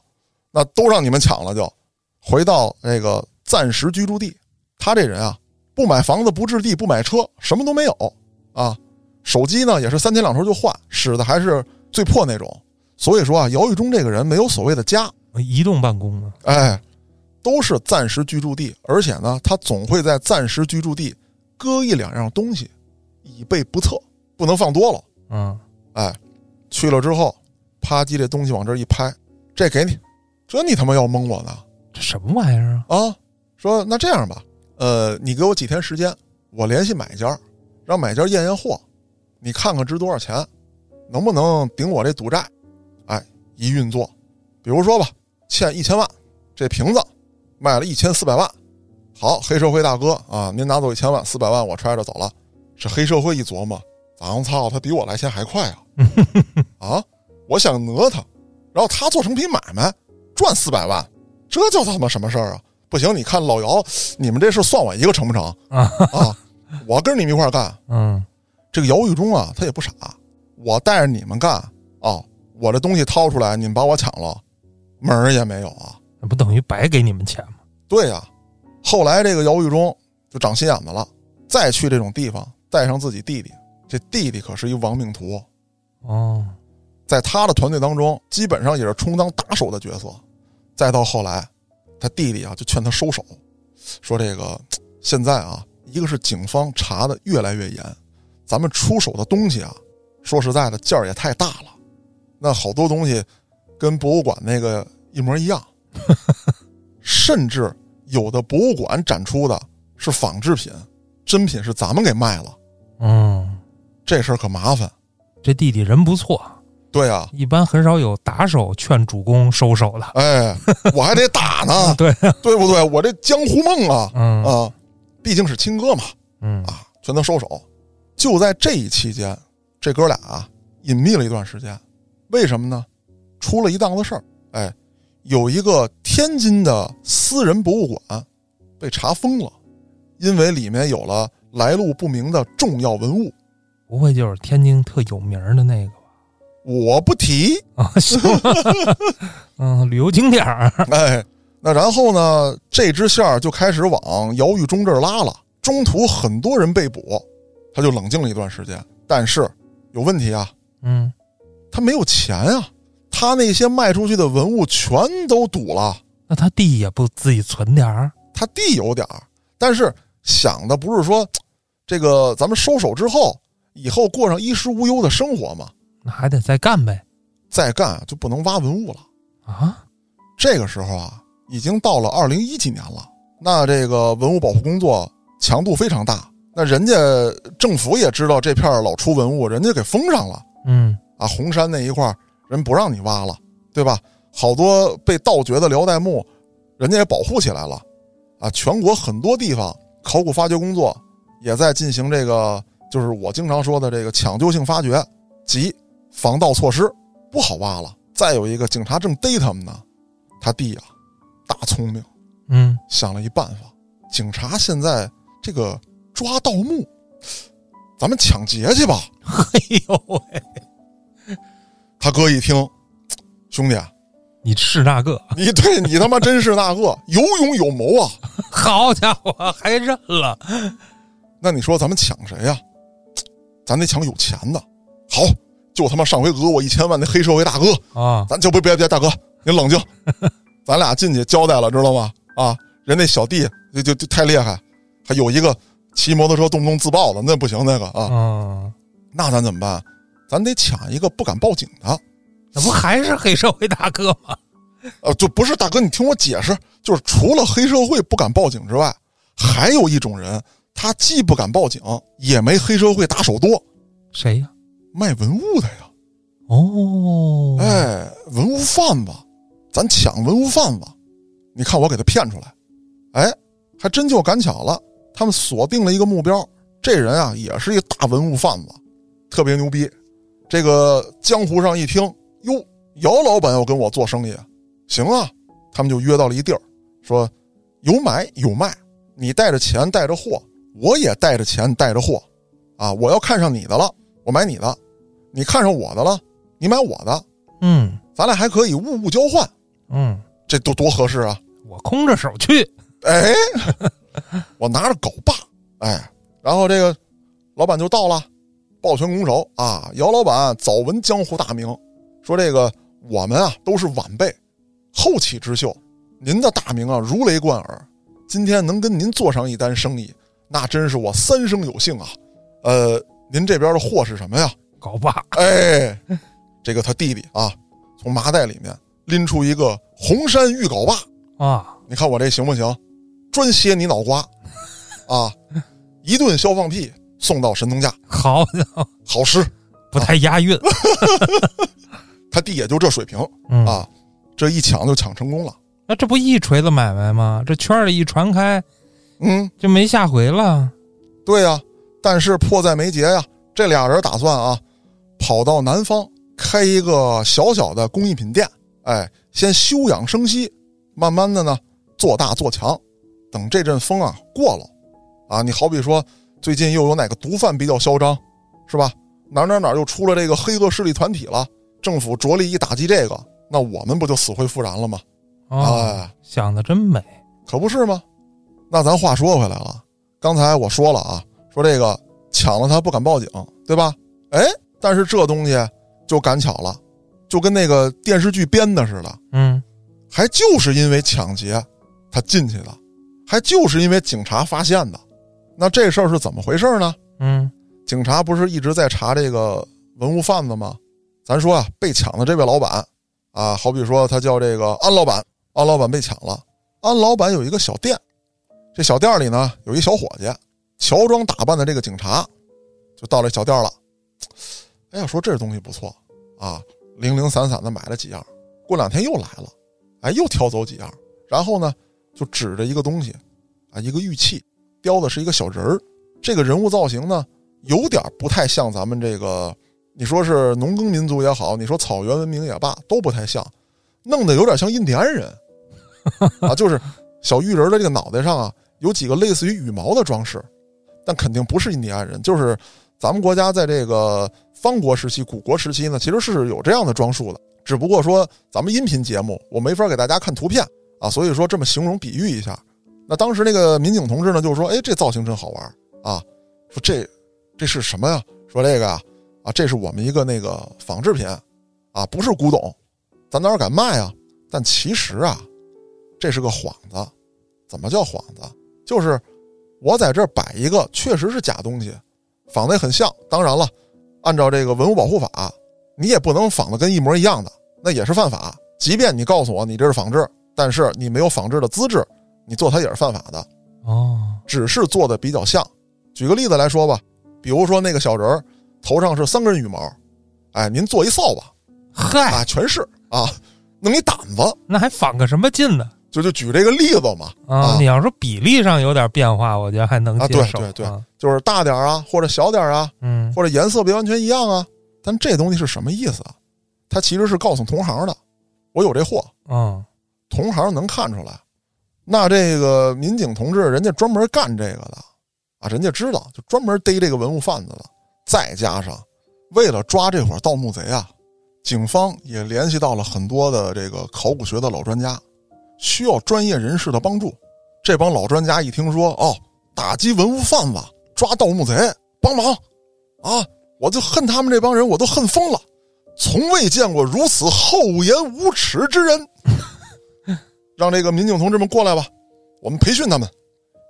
[SPEAKER 1] 那都让你们抢了就。回到那个暂时居住地，他这人啊，不买房子，不置地，不买车，什么都没有啊。手机呢也是三天两头就换，使的还是最破那种。所以说啊，姚玉忠这个人没有所谓的家，
[SPEAKER 2] 移动办公啊，
[SPEAKER 1] 哎，都是暂时居住地，而且呢，他总会在暂时居住地搁一两样东西，以备不测，不能放多了。
[SPEAKER 2] 嗯，
[SPEAKER 1] 哎，去了之后，啪叽这东西往这儿一拍，这给你，这你他妈要蒙我呢
[SPEAKER 2] 这什么玩意儿啊？
[SPEAKER 1] 啊！说那这样吧，呃，你给我几天时间，我联系买家，让买家验验货，你看看值多少钱，能不能顶我这赌债？哎，一运作，比如说吧，欠一千万，这瓶子卖了一千四百万，好，黑社会大哥啊，您拿走一千万，四百万我揣着走了。这黑社会一琢磨，咱操，他比我来钱还快啊！啊，我想讹他，然后他做成品买卖赚四百万，这叫他妈什么事儿啊？不行，你看老姚，你们这事算我一个成不成
[SPEAKER 2] 啊
[SPEAKER 1] 啊？我跟你们一块儿干，
[SPEAKER 2] 嗯，
[SPEAKER 1] 这个姚玉忠啊，他也不傻，我带着你们干啊、我这东西掏出来，你们把我抢了，门儿也没有啊。
[SPEAKER 2] 那不等于白给你们钱吗？
[SPEAKER 1] 对呀、后来这个姚玉忠就长心眼子了，再去这种地方带上自己弟弟，这弟弟可是一亡命徒，
[SPEAKER 2] 哦，
[SPEAKER 1] 在他的团队当中，基本上也是充当打手的角色。再到后来，他弟弟啊就劝他收手，说这个现在啊，一个是警方查的越来越严，咱们出手的东西啊，说实在的价儿也太大了，那好多 东西跟博物馆那个一模一样，甚至有的博物馆展出的是仿制品，真品是咱们给卖了，
[SPEAKER 2] 嗯，
[SPEAKER 1] 这事儿可麻烦。
[SPEAKER 2] 这弟弟人不错，
[SPEAKER 1] 对啊，
[SPEAKER 2] 一般很少有打手劝主公收手的。，
[SPEAKER 1] 哎，我还得打呢
[SPEAKER 2] 对，啊
[SPEAKER 1] 对不对？我这江湖梦啊
[SPEAKER 2] 嗯
[SPEAKER 1] 啊，毕竟是亲哥嘛
[SPEAKER 2] 嗯
[SPEAKER 1] 啊，全都收手。就在这一期间，这哥俩啊隐秘了一段时间，为什么呢？出了一档子事儿，哎，有一个天津的私人博物馆被查封了，因为里面有了来路不明的重要文物。
[SPEAKER 2] 不会就是天津特有名儿的那个吧？
[SPEAKER 1] 我不提，
[SPEAKER 2] 啊，行，嗯，旅游景点儿，
[SPEAKER 1] 哎，那然后呢，这支线儿就开始往姚玉忠这儿拉了。中途很多人被捕，他就冷静了一段时间。但是有问题啊，
[SPEAKER 2] 嗯，
[SPEAKER 1] 他没有钱啊，他那些卖出去的文物全都赌了。
[SPEAKER 2] 那他弟也不自己存点儿，
[SPEAKER 1] 他弟有点儿，但是想的不是说这个咱们收手之后，以后过上衣食无忧的生活嘛，
[SPEAKER 2] 那还得再干呗
[SPEAKER 1] 再干啊就不能挖文物了。
[SPEAKER 2] 啊？
[SPEAKER 1] 这个时候啊，已经到了二零一几年了，那这个文物保护工作强度非常大。那人家政府也知道这片儿老出文物，人家给封上了
[SPEAKER 2] 嗯
[SPEAKER 1] 啊。红山那一块儿人不让你挖了，对吧？好多被盗掘的辽代墓，人家也保护起来了啊。全国很多地方考古发掘工作也在进行这个，就是我经常说的这个抢救性发掘及防盗措施，不好挖了。再有一个，警察正逮他们呢，他弟啊，大聪明，
[SPEAKER 2] 嗯，
[SPEAKER 1] 想了一办法。警察现在这个抓盗墓，咱们抢劫去吧。
[SPEAKER 2] 哎呦喂，
[SPEAKER 1] 他哥一听，兄弟啊，
[SPEAKER 2] 你是那个，
[SPEAKER 1] 你对你他妈真是那个有勇有谋啊！
[SPEAKER 2] 好家伙，还认了，
[SPEAKER 1] 那你说咱们抢谁呀、咱得抢有钱的。好，就他妈上回讹我一千万那黑社会大哥，
[SPEAKER 2] 啊，
[SPEAKER 1] 咱就不别别大哥，您冷静， 咱俩进去交代了，知道吗？啊，人那小弟就就就太厉害，还有一个骑摩托车动不动自爆的，那不行，那个啊，
[SPEAKER 2] 嗯，
[SPEAKER 1] 那咱怎么办？咱得抢一个不敢报警的，
[SPEAKER 2] 那不还是黑社会大哥吗？
[SPEAKER 1] 呃，就不是大哥，你听我解释，就是除了黑社会不敢报警之外，还有一种人，他既不敢报警，也没黑社会打手多，
[SPEAKER 2] 谁呀、
[SPEAKER 1] 卖文物的呀，
[SPEAKER 2] 哦，，
[SPEAKER 1] 哎，文物贩子，咱抢文物贩子，你看我给他骗出来，哎，还真就赶巧了，他们锁定了一个目标，这人啊也是一大文物贩子，特别牛逼。这个江湖上一听，哟，姚老板要跟我做生意，行啊，他们就约到了一地儿，说有买有卖，你带着钱带着货，我也带着钱带着货，啊，我要看上你的了，我买你的；你看上我的了，你买我的，
[SPEAKER 2] 嗯
[SPEAKER 1] 咱俩还可以物物交换，
[SPEAKER 2] 嗯，
[SPEAKER 1] 这多多合适啊！
[SPEAKER 2] 我空着手去，
[SPEAKER 1] 哎，我拿着镐把，哎，然后这个老板就到了，抱拳拱手啊！姚老板早闻江湖大名，说这个我们啊都是晚辈，后起之秀，您的大名啊如雷贯耳，今天能跟您做上一单生意，那真是我三生有幸啊！呃，您这边的货是什么呀？
[SPEAKER 2] 搞吧，
[SPEAKER 1] 哎，这个他弟弟啊，从麻袋里面拎出一个红山玉镐把，
[SPEAKER 2] 啊，
[SPEAKER 1] 你看我这行不行？专歇你脑瓜，啊， 一顿削放屁送到神农架，
[SPEAKER 2] 好家伙，
[SPEAKER 1] 好吃。
[SPEAKER 2] 不太押韵，
[SPEAKER 1] 啊他弟也就这水平
[SPEAKER 2] 嗯，
[SPEAKER 1] 啊，这一抢就抢成功了。
[SPEAKER 2] 那这不一锤子买卖吗？这圈里一传开，
[SPEAKER 1] 嗯，
[SPEAKER 2] 就没下回了。
[SPEAKER 1] 对呀、但是迫在眉睫呀、这俩人打算啊，跑到南方开一个小小的工艺品店，哎，先休养生息，慢慢的呢做大做强。等这阵风啊过了，啊，你好比说最近又有哪个毒贩比较嚣张，是吧？哪儿哪儿哪儿又出了这个黑恶势力团体了，政府着力一打击这个，那我们不就死灰复燃了吗？
[SPEAKER 2] 啊，
[SPEAKER 1] 哎，
[SPEAKER 2] 想的真美，
[SPEAKER 1] 可不是吗？那咱话说回来了，刚才我说了啊，说这个抢了他不敢报警，对吧？哎，但是这东西就赶巧了，就跟那个电视剧编的似的，
[SPEAKER 2] 嗯。
[SPEAKER 1] 还就是因为抢劫他进去的，还就是因为警察发现的。那这事儿是怎么回事呢？
[SPEAKER 2] 嗯
[SPEAKER 1] 警察不是一直在查这个文物贩子吗？咱说啊，被抢的这位老板啊，好比说他叫这个安老板，安老板被抢了，安老板有一个小店，这小店里呢有一小伙啊计，乔装打扮的这个警察，就到这小店了。哎呀，说这东西不错啊，零零散散的买了几样，过两天又来了，哎，又挑走几样，然后呢就指着一个东西，啊，一个玉器，雕的是一个小人儿。这个人物造型呢，有点不太像咱们这个，你说是农耕民族也好，你说草原文明也罢，都不太像，弄得有点像印第安人啊，就是小玉人的这个脑袋上啊，有几个类似于羽毛的装饰，但肯定不是印第安人，就是咱们国家在这个方国时期、古国时期呢，其实是有这样的装束的，只不过说咱们音频节目我没法给大家看图片啊，所以说这么形容比喻一下。那当时那个民警同志呢，就是说，哎，这造型真好玩儿啊，说这这是什么呀？说这个呀，啊，这是我们一个那个仿制品，啊，不是古董，咱哪有敢卖啊？但其实啊，这是个幌子，怎么叫幌子？就是我在这儿摆一个确实是假东西，仿的也很像。当然了，按照这个文物保护法，你也不能仿的跟一模一样的，那也是犯法。即便你告诉我你这是仿制，但是你没有仿制的资质，你做它也是犯法的。
[SPEAKER 2] 哦，
[SPEAKER 1] 只是做的比较像。举个例子来说吧，比如说那个小人儿头上是三根羽毛，哎，您做一扫把，
[SPEAKER 2] 嗨，
[SPEAKER 1] 啊，全是啊，弄一掸子，
[SPEAKER 2] 那还仿个什么劲呢？
[SPEAKER 1] 就就举这个例子嘛，
[SPEAKER 2] 啊，
[SPEAKER 1] 啊
[SPEAKER 2] 你要说比例上有点变化，我觉得还能
[SPEAKER 1] 啊
[SPEAKER 2] 接
[SPEAKER 1] 对
[SPEAKER 2] 受。
[SPEAKER 1] 对对
[SPEAKER 2] 啊
[SPEAKER 1] 就是大点儿啊，或者小点儿啊，
[SPEAKER 2] 嗯，
[SPEAKER 1] 或者颜色别完全一样啊。但这东西是什么意思啊？它其实是告诉同行的，我有这货，
[SPEAKER 2] 嗯，
[SPEAKER 1] 同行能看出来。那这个民警同志，人家专门干这个的啊，人家知道，就专门逮这个文物贩子的。再加上，为了抓这伙盗墓贼啊，警方也联系到了很多的这个考古学的老专家，需要专业人士的帮助。这帮老专家一听说，哦，打击文物贩子，抓盗墓贼，帮忙啊！我就恨他们这帮人，我都恨疯了，从未见过如此厚颜无耻之人。让这个民警同志们过来吧，我们培训他们，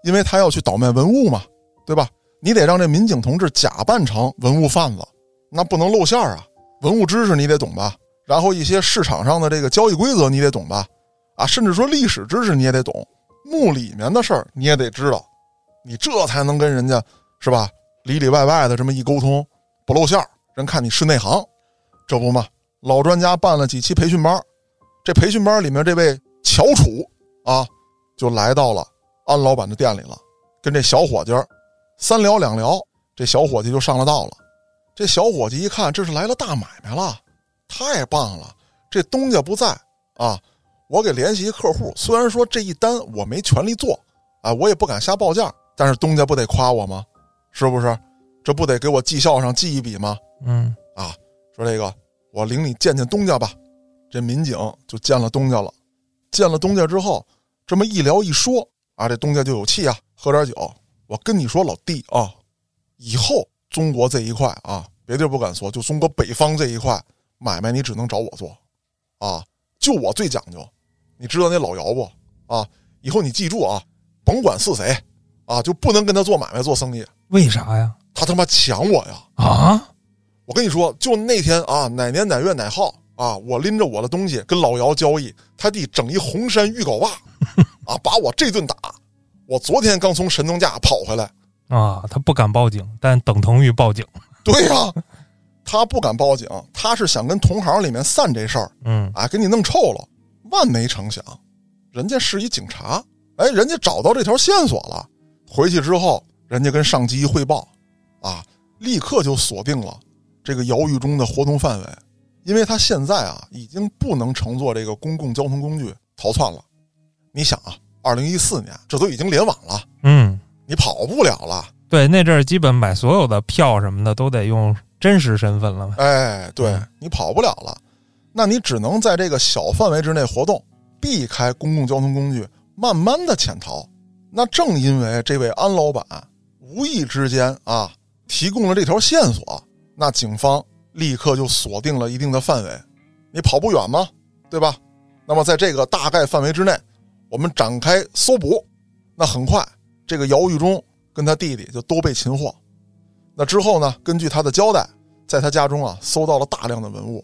[SPEAKER 1] 因为他要去倒卖文物嘛，对吧？你得让这民警同志假扮成文物贩子，那不能露馅儿啊。文物知识你得懂吧，然后一些市场上的这个交易规则你得懂吧，啊，甚至说历史知识你也得懂，墓里面的事儿你也得知道，你这才能跟人家是吧里里外外的这么一沟通，不露馅儿，人看你是内行。这不嘛，老专家办了几期培训班儿，这培训班里面这位乔楚啊，就来到了安老板的店里了，跟这小伙计儿三聊两聊，这小伙计就上了道了。这小伙计一看，这是来了大买卖了，太棒了！这东家不在啊，我给联系一客户，虽然说这一单我没权利做啊，我也不敢瞎报价，但是东家不得夸我吗？是不是？这不得给我绩效上记一笔吗？
[SPEAKER 2] 嗯，
[SPEAKER 1] 啊，说这个我领你见见东家吧。这民警就见了东家了，见了东家之后，这么一聊一说啊，这东家就有气啊，喝点酒。我跟你说，老弟啊，以后中国这一块啊，别地儿不敢说，就中国北方这一块买卖，你只能找我做，啊，就我最讲究。你知道那老姚不？啊，以后你记住啊，甭管是谁，啊，就不能跟他做买卖做生意，
[SPEAKER 2] 为啥呀？
[SPEAKER 1] 他他妈抢我呀！
[SPEAKER 2] 啊，
[SPEAKER 1] 我跟你说，就那天啊，哪年哪月哪号啊，我拎着我的东西跟老姚交易，他弟整一红山玉镐把，啊，把我这顿打。我昨天刚从神农架跑回来。
[SPEAKER 2] 啊，他不敢报警，但等同于报警。
[SPEAKER 1] 对呀、他不敢报警，他是想跟同行里面散这事儿，
[SPEAKER 2] 嗯
[SPEAKER 1] 啊，给你弄臭了。万没成想，人家是一警察，哎，人家找到这条线索了。回去之后，人家跟上级一汇报，啊，立刻就锁定了这个姚玉中的活动范围，因为他现在啊已经不能乘坐这个公共交通工具逃窜了。你想啊，二零一四年这都已经联网了，
[SPEAKER 2] 嗯，
[SPEAKER 1] 你跑不了了。
[SPEAKER 2] 对，那阵儿基本买所有的票什么的都得用真实身份了嘛。
[SPEAKER 1] 哎，对
[SPEAKER 2] 嗯
[SPEAKER 1] 你跑不了了，那你只能在这个小范围之内活动，避开公共交通工具，慢慢的潜逃。那正因为这位安老板无意之间啊提供了这条线索，那警方立刻就锁定了一定的范围。你跑不远吗？对吧？那么在这个大概范围之内，我们展开搜捕。那很快，这个姚玉忠跟他弟弟就都被擒获。那之后呢？根据他的交代，在他家中啊搜到了大量的文物。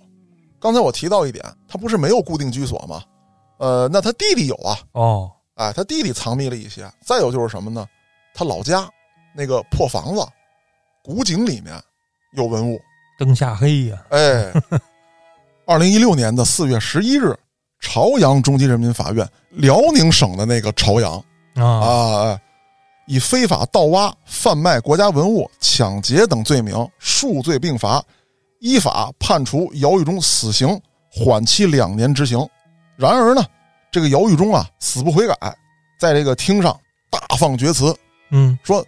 [SPEAKER 1] 刚才我提到一点，他不是没有固定居所吗？呃，那他弟弟有啊，
[SPEAKER 2] 哦，
[SPEAKER 1] 哎，他弟弟藏匿了一些。再有就是什么呢？他老家那个破房子，古井里面有文物。
[SPEAKER 2] 灯下黑呀、
[SPEAKER 1] 哎， 二零一六年的四月十一日，朝阳中级人民法院辽宁省的那个朝阳
[SPEAKER 2] 啊！
[SPEAKER 1] 啊，哎以非法盗挖、贩卖国家文物、抢劫等罪名，数罪并罚，依法判处姚玉忠死刑，缓期两年执行。然而呢，这个姚玉忠啊，死不悔改，在这个厅上大放厥词，
[SPEAKER 2] 嗯，
[SPEAKER 1] 说：“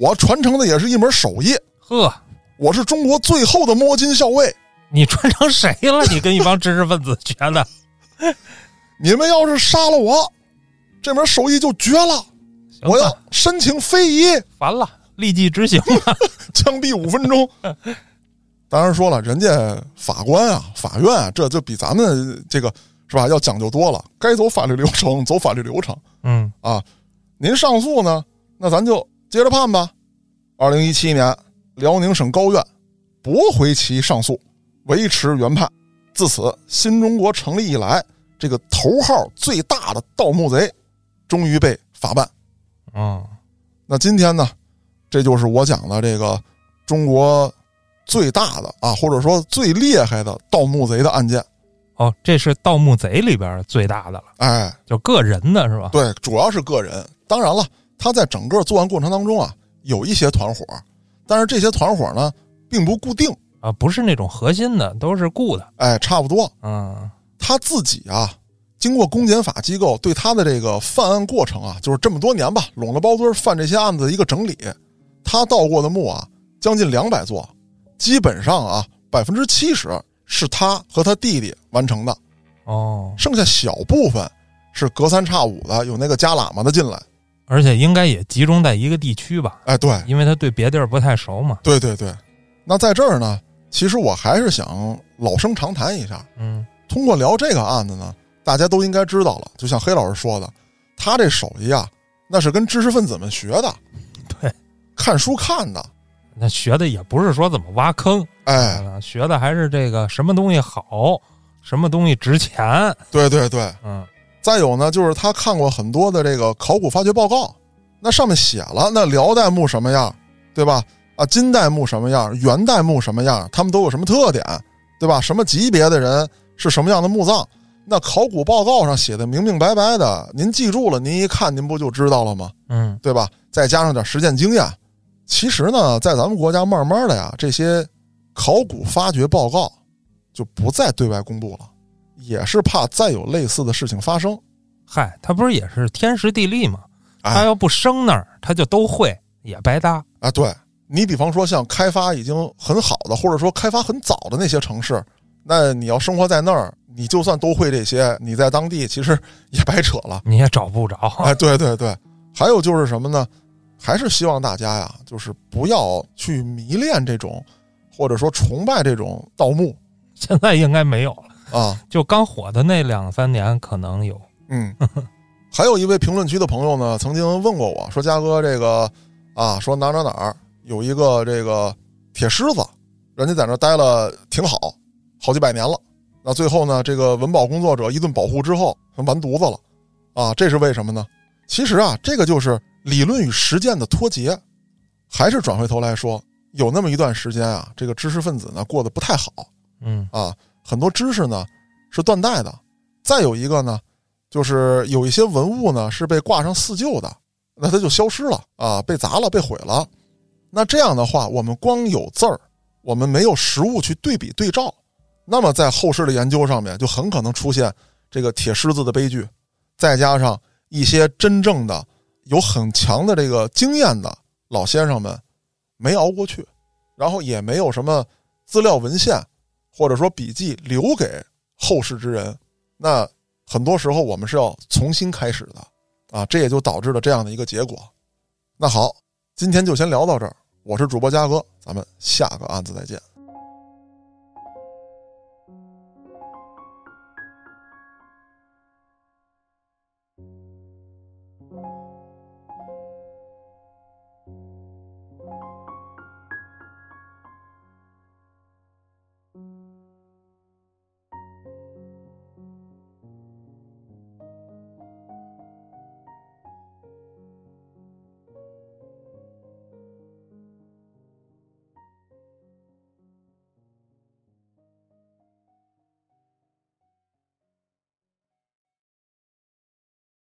[SPEAKER 1] 我传承的也是一门手艺，
[SPEAKER 2] 呵，
[SPEAKER 1] 我是中国最后的摸金校尉。
[SPEAKER 2] 你穿成谁 了？你跟一帮知识分子学的？
[SPEAKER 1] 你们要是杀了我，这门手艺就绝了。
[SPEAKER 2] 行吧
[SPEAKER 1] 我要申请非遗。”
[SPEAKER 2] 烦了，立即执行吧。
[SPEAKER 1] 枪毙五分钟。 当然说了，人家法官啊、法院啊，这就比咱们这个是吧要讲究多了，该走法律流程走法律流程
[SPEAKER 2] 嗯
[SPEAKER 1] 啊。您上诉呢，那咱就接着判吧。二零一七年，辽宁省高院驳回其上诉，维持原判。自此，新中国成立以来，这个头号最大的盗墓贼，终于被法办。
[SPEAKER 2] 嗯，
[SPEAKER 1] 那今天呢，这就是我讲的这个中国最大的啊，或者说最厉害的盗墓贼的案件。
[SPEAKER 2] 哦，这是《盗墓贼》里边最大的了，
[SPEAKER 1] 哎，
[SPEAKER 2] 就个人的是吧？
[SPEAKER 1] 对，主要是个人。当然了，他在整个作案过程当中啊，有一些团伙，但是这些团伙呢，并不固定。
[SPEAKER 2] 啊，不是那种核心的，都是雇的。
[SPEAKER 1] 哎，差不多，
[SPEAKER 2] 嗯
[SPEAKER 1] 他自己啊，经过公检法机构对他的这个犯案过程啊，就是这么多年吧，拢了包堆儿犯这些案子的一个整理。他盗过的墓啊，将近两百座，基本上啊，百分之七十是他和他弟弟完成的，
[SPEAKER 2] 哦，
[SPEAKER 1] 剩下小部分是隔三差五的有那个加喇嘛的进来。
[SPEAKER 2] 而且应该也集中在一个地区吧，
[SPEAKER 1] 哎，对，
[SPEAKER 2] 因为他对别地儿不太熟嘛。
[SPEAKER 1] 对对对。那在这儿呢，其实我还是想老生常谈一下，
[SPEAKER 2] 嗯
[SPEAKER 1] 通过聊这个案子呢，大家都应该知道了。就像黑老师说的，他这手艺啊，那是跟知识分子们学的，
[SPEAKER 2] 对，
[SPEAKER 1] 看书看的。
[SPEAKER 2] 那学的也不是说怎么挖坑，
[SPEAKER 1] 哎，
[SPEAKER 2] 啊学的还是这个什么东西好，什么东西值钱。
[SPEAKER 1] 对对对。
[SPEAKER 2] 嗯
[SPEAKER 1] 再有呢，就是他看过很多的这个考古发掘报告，那上面写了那辽代墓什么样，对吧？啊，金代墓什么样，元代墓什么样，他们都有什么特点，对吧？什么级别的人是什么样的墓葬？那考古报告上写的明明白白的，您记住了，您一看您不就知道了吗？
[SPEAKER 2] 嗯
[SPEAKER 1] 对吧？再加上点实践经验，其实呢，在咱们国家慢慢的呀，这些考古发掘报告就不再对外公布了，也是怕再有类似的事情发生。
[SPEAKER 2] 嗨，他不是也是天时地利嘛？
[SPEAKER 1] 哎
[SPEAKER 2] 他要不生那儿，他就都会，也白搭。
[SPEAKER 1] 啊，对你比方说像开发已经很好的，或者说开发很早的那些城市，那你要生活在那儿，你就算都会这些，你在当地其实也白扯了。
[SPEAKER 2] 你也找不着。
[SPEAKER 1] 哎，对对对，还有就是什么呢？还是希望大家呀，就是不要去迷恋这种，或者说崇拜这种盗墓
[SPEAKER 2] 现在应该没有了，
[SPEAKER 1] 啊。
[SPEAKER 2] 就刚火的那两三年可能有。
[SPEAKER 1] 嗯，还有一位评论区的朋友呢，曾经问过我说：“嘉哥，这个啊，说哪哪哪儿有一个这个铁狮子，人家在那儿待了挺好，好几百年了。那最后呢，这个文保工作者一顿保护之后，完犊子了啊！这是为什么呢？其实啊，这个就是理论与实践的脱节。还是转回头来说，有那么一段时间啊，这个知识分子呢过得不太好，
[SPEAKER 2] 嗯
[SPEAKER 1] 啊，很多知识呢是断代的。再有一个呢，就是有一些文物呢是被挂上四旧的，那它就消失了啊，被砸了，被毁了。那这样的话，我们光有字儿，我们没有实物去对比对照，那么在后世的研究上面就很可能出现这个铁狮子的悲剧。再加上一些真正的有很强的这个经验的老先生们没熬过去，然后也没有什么资料文献或者说笔记留给后世之人，那很多时候我们是要重新开始的啊，这也就导致了这样的一个结果。那好，今天就先聊到这儿，我是主播嘉哥，咱们下个案子再见。